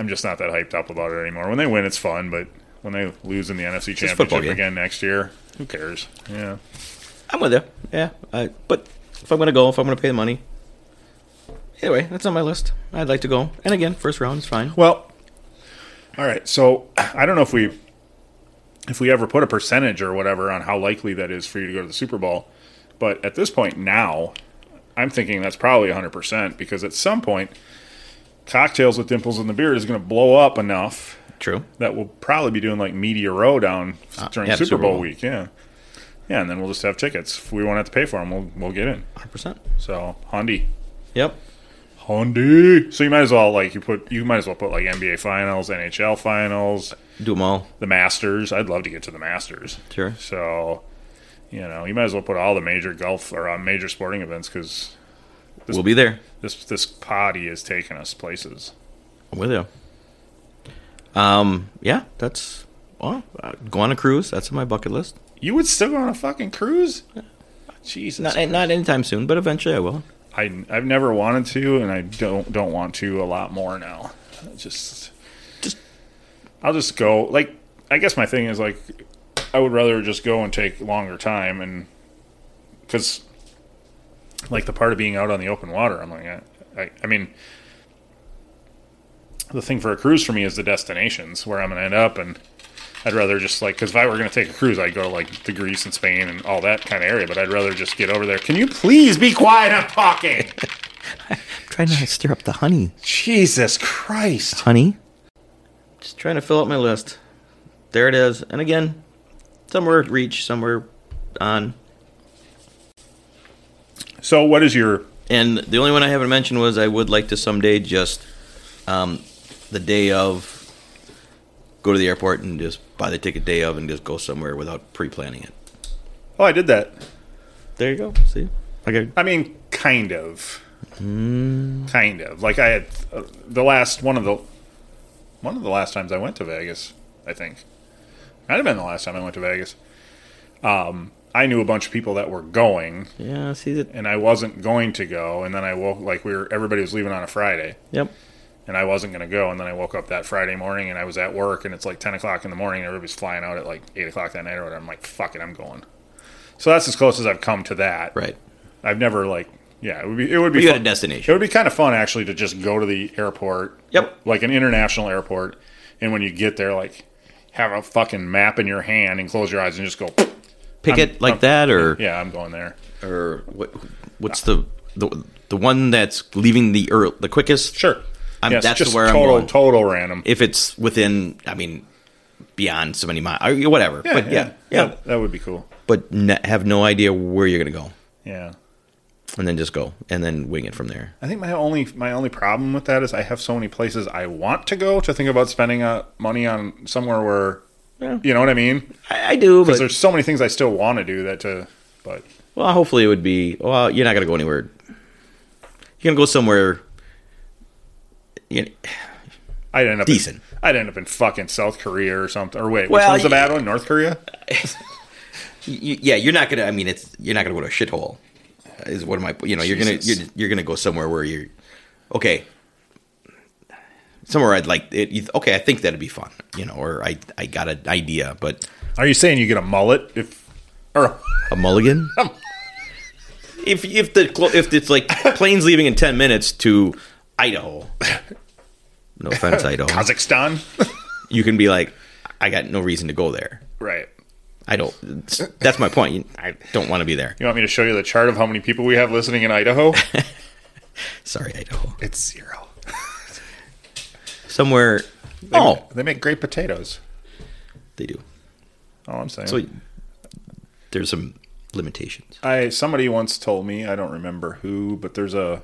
S2: I'm just not that hyped up about it anymore. When they win, it's fun, but when they lose in the NFC
S3: just a football
S2: Championship
S3: game.
S2: again next year, who cares? Yeah.
S3: I'm with you. Yeah. I, but if I'm going to go, if I'm going to pay the money. Either way, that's on my list. I'd like to go. And again, first round is fine.
S2: Well, all right. So I don't know if we if we ever put a percentage or whatever on how likely that is for you to go to the Super Bowl, but at this point now, I'm thinking that's probably 100% because at some point cocktails with dimples in the beard is going to blow up enough
S3: True.
S2: that we'll probably be doing like Media Row down during
S3: Uh, yeah,
S2: Super,
S3: Super
S2: Bowl,
S3: Bowl.
S2: week, yeah. Yeah, and then we'll just have tickets. If we won't have to pay for them, we'll we'll get in.
S3: 100%.
S2: So, Hondi.
S3: Yep.
S2: Hondi. So you might as well like you put you might as well put like NBA finals, NHL finals,
S3: Do them all.
S2: the Masters. I'd love to get to the Masters.
S3: Sure.
S2: So, you know, you might as well put all the major golf or uh, major sporting events because
S3: We'll be there.
S2: this this potty is taking us places.
S3: I'm with you. Um, yeah, that's. Well, uh, go on a cruise. That's on my bucket list.
S2: You would still go on a fucking cruise? Jesus,
S3: Not eh, not anytime soon, but eventually I will.
S2: I I've never wanted to, and I don't don't want to a lot more now. I Just,
S3: Just-
S2: I'll just go. Like, I guess my thing is like, I would rather just go and take longer time, and because, like, the part of being out on the open water, I'm like, I, I, I mean, the thing for a cruise for me is the destinations where I'm gonna end up, and I'd rather just like because if I were gonna take a cruise, I'd go to like the Greece and Spain and all that kind of area. But I'd rather just get over there. Can you please be quiet? I'm talking.
S3: Try not to stir up the honey.
S2: Jesus Christ!
S3: Honey? Just trying to fill out my list. There it is. And again, somewhere at reach, somewhere on.
S2: So what is your?
S3: And the only one I haven't mentioned was I would like to someday just um, the day of go to the airport and just buy the ticket day of and just go somewhere without pre planning it.
S2: Oh, I did that.
S3: There you go. See? Okay.
S2: I mean, kind of. Kind of. Like I had uh, the last one of the one of the last times I went to Vegas. I think might have been the last time I went to Vegas. Um, I knew a bunch of people that were going,
S3: Yeah, see that.
S2: and I wasn't going to go. And then I woke like we were everybody was leaving on a Friday,
S3: Yep.
S2: and I wasn't going to go. And then I woke up that Friday morning, and I was at work, and it's like ten o'clock in the morning, and everybody's flying out at like eight o'clock that night, or whatever. I'm like, fuck it, I'm going. So that's as close as I've come to that.
S3: Right.
S2: I've never like, yeah, it would be it would be
S3: You had a
S2: fun-
S3: destination.
S2: It would be kind of fun actually to just go to the airport.
S3: Yep.
S2: Like an international airport, and when you get there, like have a fucking map in your hand and close your eyes and just go.
S3: Pick
S2: I'm-
S3: it like
S2: I'm-
S3: that or.
S2: Yeah, I'm going there.
S3: or what, what's the, the the one that's leaving the ear the quickest?
S2: Sure.
S3: I'm-
S2: yes,
S3: that's
S2: just
S3: where I'm
S2: total
S3: going.
S2: total random.
S3: If it's within, I mean, beyond so many miles, whatever. but yeah, yeah,
S2: that- that would be cool.
S3: But ne- have no idea where you're gonna go,
S2: Yeah.
S3: and then just go, and then wing it from there.
S2: I think my only my only problem with that is I have so many places I want to go to think about spending uh, money on somewhere where
S3: Yeah.
S2: you know what I mean.
S3: I, I do, but
S2: Because there's so many things I still want to do that to, but
S3: well, hopefully it would be. Well, you're not gonna go anywhere. You're gonna go somewhere. You know,
S2: I'd end up
S3: Decent.
S2: In, I'd end up in fucking South Korea or something. Or wait,
S3: Well,
S2: which one's the
S3: yeah.
S2: bad one? North Korea.
S3: you, yeah, you're not gonna. I mean, it's you're not gonna go to a shithole. Is what am I? You know, you're gonna
S2: Jesus.
S3: you're, you're gonna go somewhere where you're okay. Somewhere I'd like it. You, okay, I think that'd be fun. You know, or I I got an idea, but
S2: Are you saying you get a mullet if, or
S3: a mulligan. if if the clo- if it's like planes leaving in ten minutes to Idaho. No offense, Idaho.
S2: Kazakhstan?
S3: You can be like, I got no reason to go there.
S2: right.
S3: I don't. That's my point. I don't want to be there.
S2: You want me to show you the chart of how many people we have listening in Idaho?
S3: Sorry, Idaho.
S2: it's zero.
S3: Somewhere.
S2: They,
S3: oh,
S2: they make great potatoes.
S3: they do.
S2: All I'm saying.
S3: So there's some limitations.
S2: I somebody once told me I don't remember who, but there's a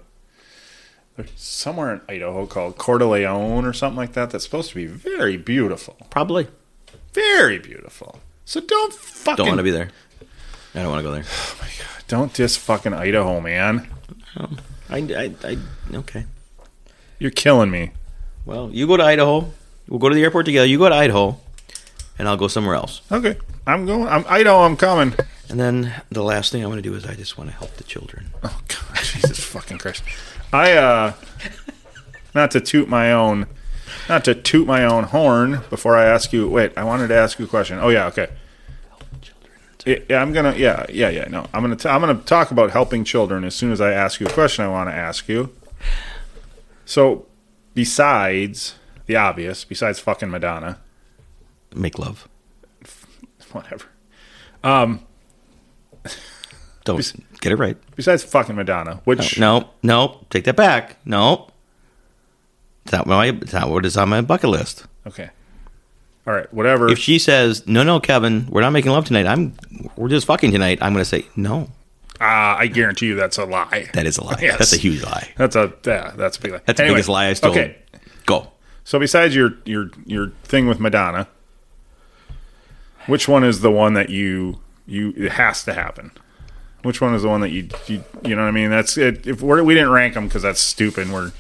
S2: there's somewhere in Idaho called Coeur d'Alene or something like that that's supposed to be very beautiful.
S3: Probably.
S2: Very beautiful. So don't fucking
S3: Don't want to be there. I don't want to go there.
S2: don't diss fucking Idaho, man.
S3: I, I, I, okay.
S2: You're killing me.
S3: Well, you go to Idaho. We'll go to the airport together. You go to Idaho, and I'll go somewhere else.
S2: Okay, I'm going. I'm Idaho. I'm coming.
S3: And then the last thing I want to do is I just want to help the children.
S2: Oh God, Jesus fucking Christ! I uh, not to toot my own, not to toot my own horn. Before I ask you, wait, I wanted to ask you a question. Oh yeah, okay. Yeah, yeah, I'm gonna. Yeah, yeah, yeah. No, I'm gonna. T- I'm gonna talk about helping children as soon as I ask you a question. I want to ask you. So, besides the obvious, besides fucking Madonna,
S3: Make love.
S2: whatever.
S3: Don't get it right.
S2: Besides fucking Madonna, which
S3: Oh, No, no, take that back. No, it's not my. It's not what is on my bucket list.
S2: okay, all right, whatever.
S3: If she says no, no, Kevin, we're not making love tonight. I'm. We're just fucking tonight. I'm going to say no.
S2: Ah, I guarantee you that's a lie.
S3: That is a lie.
S2: Yes.
S3: That's a huge lie.
S2: That's a yeah, that's a big lie.
S3: That's the
S2: Anyway,
S3: biggest lie I stole.
S2: Okay,
S3: Go.
S2: so besides your your your thing with Madonna, which one is the one that you you it has to happen? Which one is the one that you you, you know what I mean? That's it, if we're, we didn't rank them because that's stupid. We're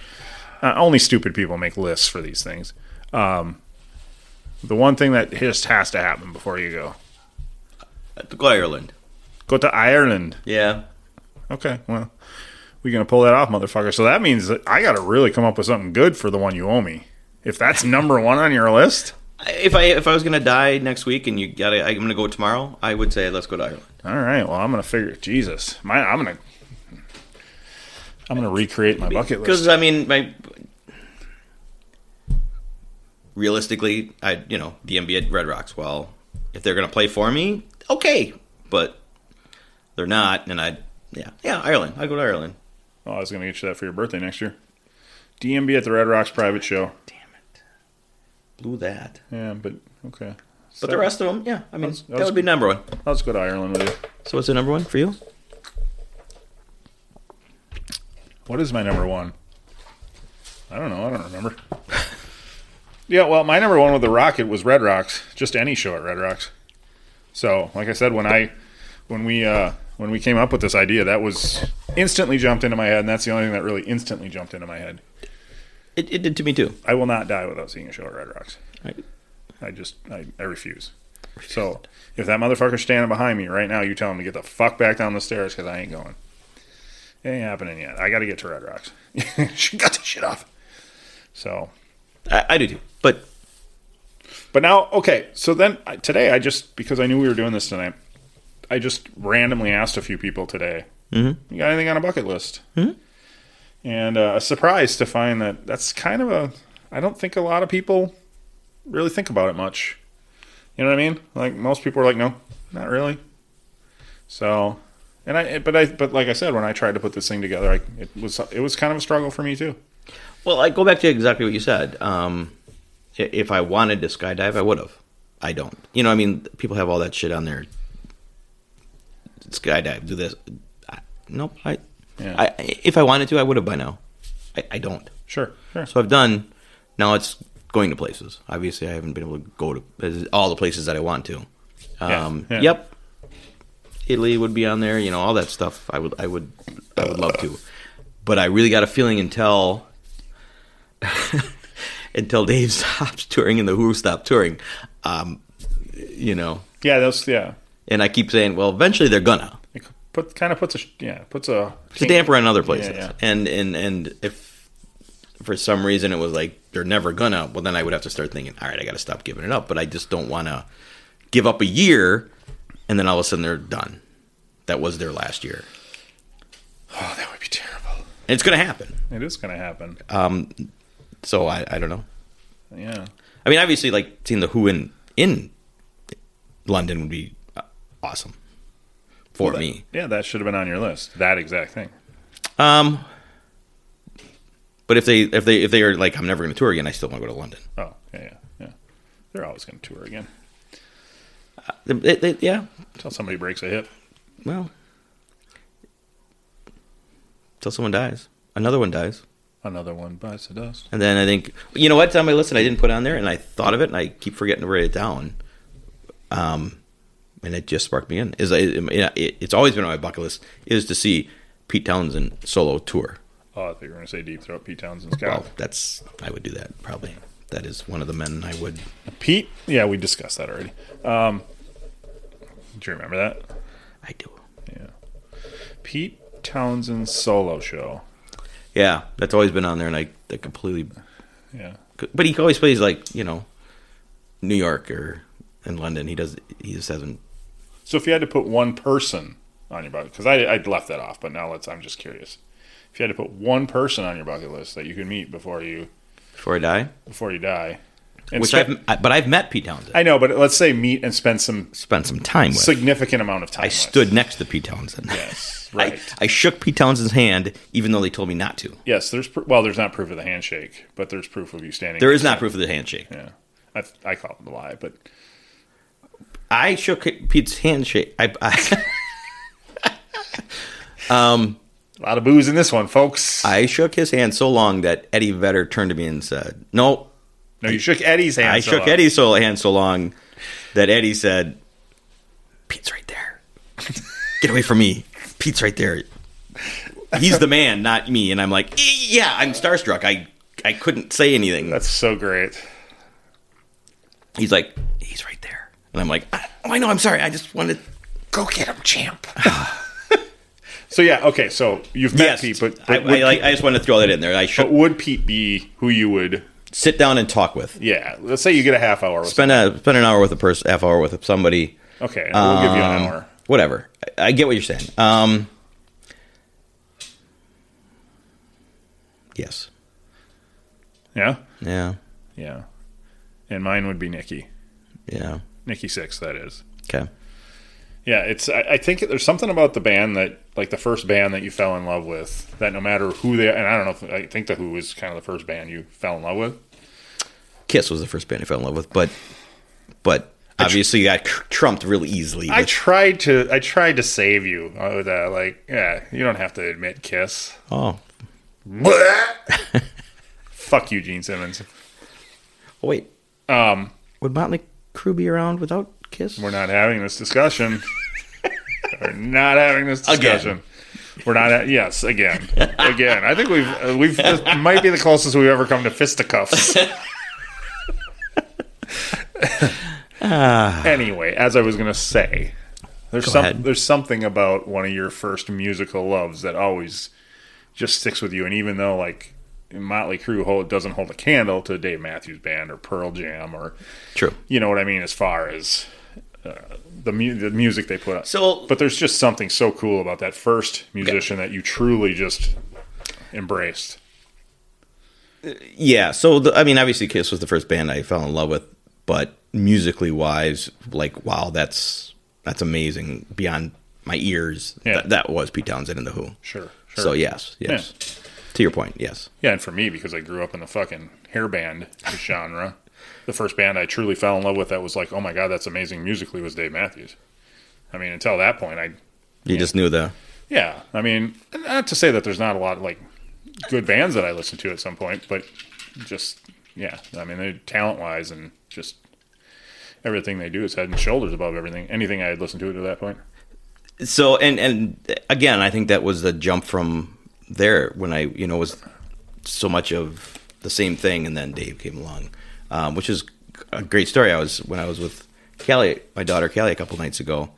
S2: uh, only stupid people make lists for these things. Um, the one thing that just has to happen before you go
S3: Go Ireland.
S2: go to Ireland.
S3: Yeah.
S2: Okay, well, we're gonna pull that off, motherfucker. So that means that I gotta really come up with something good for the one you owe me. If that's number one on your list,
S3: If I if I was gonna die next week and you got to I'm gonna go tomorrow, I would say let's go to Ireland.
S2: all right. Well, I'm gonna figure. Jesus, my, I'm gonna, I'm gonna recreate my bucket list.
S3: Because I mean, my realistically, I you know DMV at Red Rocks. Well, if they're gonna play for me, okay, but they're not, and I yeah yeah Ireland. I go to Ireland.
S2: Oh, I was gonna get you that for your birthday next year. DMB at the Red Rocks private show.
S3: Damn it, blew that.
S2: Yeah, but okay.
S3: But the rest of them, yeah, I mean
S2: That was- that
S3: that
S2: was-
S3: would be number one.
S2: Let's go to Ireland with you.
S3: So what's the number one for you?
S2: What is my number one? I don't know. I don't remember. yeah, well, my number one with the Rocket was Red Rocks. Just any show at Red Rocks. So, like I said, when I when we uh, when we came up with this idea, that was instantly jumped into my head, and that's the only thing that really instantly jumped into my head.
S3: It, it did to me too.
S2: I will not die without seeing a show at Red Rocks.
S3: I,
S2: I just I, I refuse. So if that motherfucker's standing behind me right now, you tell him to get the fuck back down the stairs because I ain't going. It ain't happening yet. I got to get to Red Rocks. she got this shit off. So,
S3: I, I do too. But
S2: but now okay. So then I- today I just because I knew we were doing this tonight, I just randomly asked a few people today.
S3: Mm-hmm.
S2: You got anything on a bucket list? And uh, surprised to find that that's kind of a. I don't think a lot of people really think about it much. You know what I mean? Like most people are like, no, not really. So, and I, but I, but like I said, when I tried to put this thing together, I, it was it was kind of a struggle for me too.
S3: Well, I go back to exactly what you said. Um, i- if I wanted to skydive, I would have. I don't. You know, I mean, people have all that shit on their skydive. Do this. I, nope. I,
S2: Yeah.
S3: I. If I wanted to, I would have by now. I, I don't.
S2: Sure, sure.
S3: So I've done. Now it's going to places. Obviously, I haven't been able to go to as- all the places that I want to.
S2: Yeah,
S3: Um,
S2: yeah.
S3: Yep. Italy would be on there. You know, all that stuff. I would. I would. I would love to. But I really got a feeling until until Dave stops touring and the Who stop touring. Um, you know,
S2: Yeah, that's yeah.
S3: and I keep saying, well, eventually they're gonna.
S2: It put kind of puts a sh- yeah puts a
S3: It's a damper on other places.
S2: yeah.
S3: And and and if for some reason it was like they're never gonna, well then I would have to start thinking, all right, I got to stop giving it up. But I just don't want to give up a year, and then all of a sudden they're done. That was their last year.
S2: Oh, that would be terrible.
S3: And it's gonna happen.
S2: It is going to happen.
S3: Uh, So I I don't know.
S2: yeah.
S3: I mean, obviously, like seeing the Who in in London would be uh, awesome for
S2: That-
S3: me.
S2: Yeah, that should have been on your list. That exact thing.
S3: Um, but if they if they if they are like I'm never gonna tour again, I still want to go to London.
S2: Oh, yeah, yeah, yeah. They're always going to tour again
S3: They- they- yeah,
S2: until somebody breaks a hip.
S3: Well, till someone dies, another one dies,
S2: Another one bites the dust.
S3: and then I think you know what? It's on my list, and I didn't put it on there, and I thought of it, and I keep forgetting to write it down. Um, and it just sparked me in. Is it, it, it's always been on my bucket list is to see Pete Townsend solo tour.
S2: Oh, I thought you were going to say Deep Throat, Pete Townsend, Scott.
S3: Well, that's I would do that probably. That is one of the men I would.
S2: Pete? Yeah, we discussed that already. Um, do you remember that?
S3: I do.
S2: Yeah. Pete Townsend solo show.
S3: Yeah, that's always been on there, and I, I completely.
S2: Yeah.
S3: But he always plays like you know, New York or in London. He does. He just hasn't.
S2: So if you had to put one person on your bucket, because I I left that off, but now let's. I'm just curious. If you had to put one person on your bucket list that you could meet before you
S3: Before I die,
S2: before you die, and
S3: which
S2: spend-
S3: I've I- but I've met Pete Townsend.
S2: I know, but let's say meet and spend some
S3: spent some time with.
S2: significant amount of time.
S3: I
S2: with.
S3: stood next to Pete Townsend.
S2: Yes, right.
S3: I, I shook Pete Townsend's hand, even though they told me not to.
S2: Yes, there's pr- well, there's not proof of the handshake, but there's proof of you standing.
S3: There is not proof of the handshake.
S2: Yeah, I, I call it a lie, but
S3: I shook Pete's handshake. I, I,
S2: a lot of booze in this one, folks.
S3: I shook his hand so long that Eddie Vedder turned to me and said, "No."
S2: no, you shook Eddie's hand.
S3: I
S2: so
S3: shook
S2: long.
S3: Eddie's so, hand so long that Eddie said, "Pete's right there. Get away from me. Pete's right there. He's the man, not me." And I'm like, "Eh, "Yeah, I'm starstruck. I I couldn't say anything."
S2: That's so great.
S3: he's like, he's right there. And I'm like, I, oh, I know, I'm sorry. I just wanted to go get him, champ.
S2: So yeah, okay. So you've met
S3: yes,
S2: Pete, but, but
S3: I, I,
S2: would,
S3: like, I just wanted to throw that in there. I
S2: but
S3: should
S2: would Pete be who you would?
S3: sit down and talk with.
S2: Yeah, let's say you get a half hour. With
S3: Spend a spend an hour with a person, half hour with somebody,
S2: okay, we'll give you an
S3: Um,
S2: hour.
S3: whatever. I, I get what you're saying. Um, yes,
S2: Yeah,
S3: yeah,
S2: yeah. And mine would be Nikki,
S3: yeah.
S2: Nikki Six. That is.
S3: Okay,
S2: Yeah, it's. I, I think there's something about the band that, like the first band that you fell in love with, that no matter who they, and I don't know, if, I think the Who was kind of the first band you fell in love with.
S3: Kiss was the first band I fell in love with, but but obviously got tr- trumped really easily.
S2: I
S3: with-
S2: tried to, I tried to save you uh, with that. Like, yeah, you don't have to admit Kiss.
S3: oh,
S2: Fuck you, Gene Simmons.
S3: Oh wait. Um, would Motley Crue be around without Kiss?
S2: We're not having this discussion. We're not having this
S3: Again.
S2: discussion. We're not. At, yes, again, again. I think we've uh, we've this might be the closest we've ever come to fisticuffs. anyway, as I was going to say, there's some
S3: Ah. ahead.
S2: there's something about one of your first musical loves that always just sticks with you, and even though like. Motley Crue hold, doesn't hold a candle to Dave Matthews Band or Pearl Jam or
S3: True.
S2: you know what I mean as far as uh, the mu- the music they put out.
S3: So-
S2: but there's just something so cool about that first musician that you truly just embraced.
S3: Yeah. So the, I mean, obviously, Kiss was the first band I fell in love with, but musically wise, like wow, that's that's amazing beyond my ears.
S2: Yeah.
S3: That, that was Pete Townsend and the Who.
S2: Sure, sure.
S3: So yes, yes. To your point, yes.
S2: Yeah, and for me because I grew up in the fucking hair band genre, the first band I truly fell in love with that was like, oh my god, that's amazing musically was Dave Matthews. I mean, until that point, I
S3: You just knew the
S2: yeah, I mean, not to say that there's not a lot like good bands that I listen to at some point, but just yeah, I mean, they're talent wise and just everything they do is head and shoulders above everything anything I had listened to to that point.
S3: so and and again i think that was the jump from there when i you know was so much of the same thing and then dave came along um, which is a great story i was when i was with callie my daughter callie a couple nights ago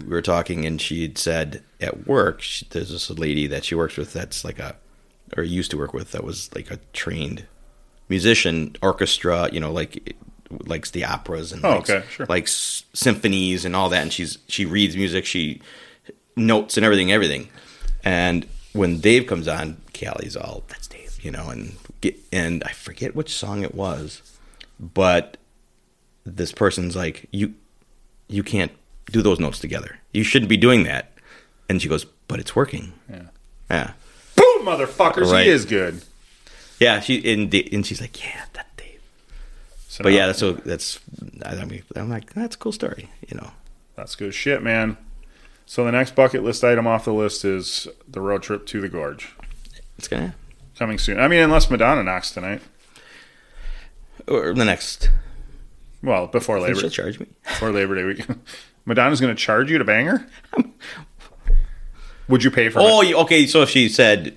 S3: we were talking and she'd said at work she, there's this lady that she works with that's like a or used to work with that was like a trained musician orchestra you know like likes the operas and
S2: Oh,
S3: likes,
S2: okay, sure.
S3: likes symphonies and all that and she's she reads music she notes and everything everything and when dave comes on callie's all that's dave you know and get, and i forget which song it was but this person's like you you can't do those notes together. You shouldn't be doing that. And she goes, but it's working. Yeah. Yeah.
S2: Boom, motherfuckers,
S3: Right.
S2: he is good.
S3: Yeah. She and Da- and she's like, yeah, that Dave.
S2: So
S3: But
S2: now-
S3: yeah, that's so that's I mean I'm like that's a cool story, you know.
S2: that's good shit, man. So the next bucket list item off the list is the road trip to the gorge
S3: It's gonna happen.
S2: coming soon. I mean, unless Madonna knocks tonight.
S3: or the next
S2: Well, before
S3: And she'll
S2: Labor
S3: charge me.
S2: before Labor Day weekend, Madonna's going to charge you to bang her. Would you pay for
S3: Oh,
S2: it?
S3: you- okay. So if she said,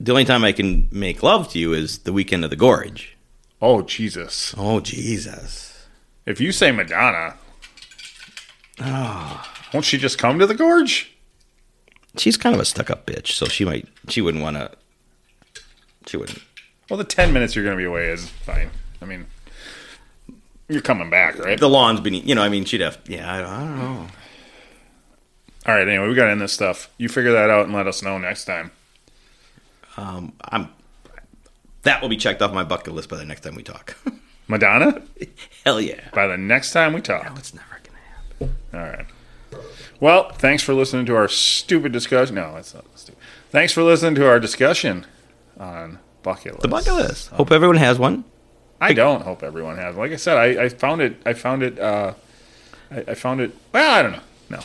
S3: the only time I can make love to you is the weekend of the gorge.
S2: Oh Jesus!
S3: Oh, Jesus.
S2: If you say Madonna,
S3: Ah.
S2: won't she just come to the gorge?
S3: She's kind of a stuck up bitch, so she might, she wouldn't want to, she wouldn't.
S2: Well, the ten minutes you're going to be away is fine. I mean, you're coming back, right?
S3: The lawn's beneath, you know, I mean, she'd have, yeah, I, I don't know.
S2: All right. Anyway, we got to end this stuff. You figure that out and let us know next time.
S3: I'm, that will be checked off my bucket list by the next time we talk.
S2: Madonna.
S3: Hell yeah.
S2: By the next time we talk.
S3: No, it's never going to happen.
S2: All right. Well, thanks for listening to our stupid discussion. No, it's not stupid. Thanks for listening to our discussion on bucket list.
S3: The bucket list. Hope everyone has one.
S2: I don't hope everyone has. Like I said, I, I found it. I found it. Uh, I, I found it. Well, I don't know. No,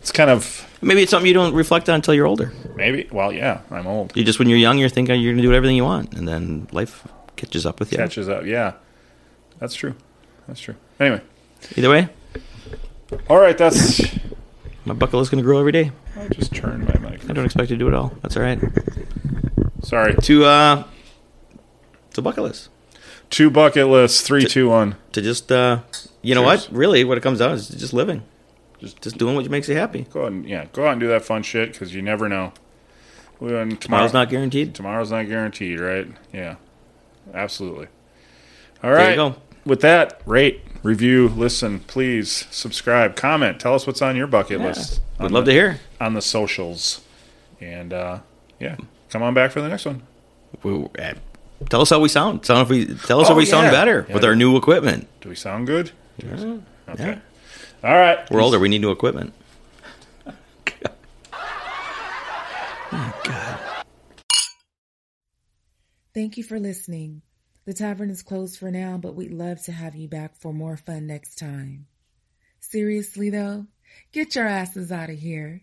S2: it's kind of
S3: Maybe it's something you don't reflect on until you're older.
S2: maybe. Well, yeah, I'm old.
S3: You just when you're young, you're thinking you're gonna do everything you want, and then life catches up with you.
S2: Catches up. Yeah, that's true. That's true. Anyway,
S3: Either way,
S2: all right. That's.
S3: my bucket list gonna grow every day.
S2: I just turned my mic.
S3: I don't expect to do it all. That's all right.
S2: Sorry.
S3: To uh, to bucket list.
S2: Two bucket lists. Three, two, one.
S3: To just uh, you know
S2: Cheers.
S3: what? Really, what it comes down is just living,
S2: Just-
S3: just just doing what makes you happy.
S2: Go out and yeah, go out and do that fun shit because you never know. We- And tomorrow-
S3: Tomorrow's not guaranteed.
S2: tomorrow's not guaranteed, right? Yeah, absolutely. All
S3: you
S2: right.
S3: go.
S2: With that, rate, review, listen, please subscribe, comment, tell us what's on your bucket
S3: Yeah.
S2: list.
S3: Would
S2: on
S3: love
S2: the,
S3: to hear.
S2: on the socials, and uh, yeah, come on back for the next one.
S3: We, uh, tell us how we sound. Sound if we tell us
S2: Oh,
S3: if we sound
S2: yeah.
S3: better
S2: Yeah.
S3: with our new equipment.
S2: Do we sound good?
S3: Yeah.
S2: Okay. All right.
S3: We're older. We need new equipment. Oh, God.
S4: Thank you for listening. The tavern is closed for now, but we'd love to have you back for more fun next time. Seriously, though, get your asses out of here.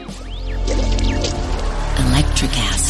S5: Electricast.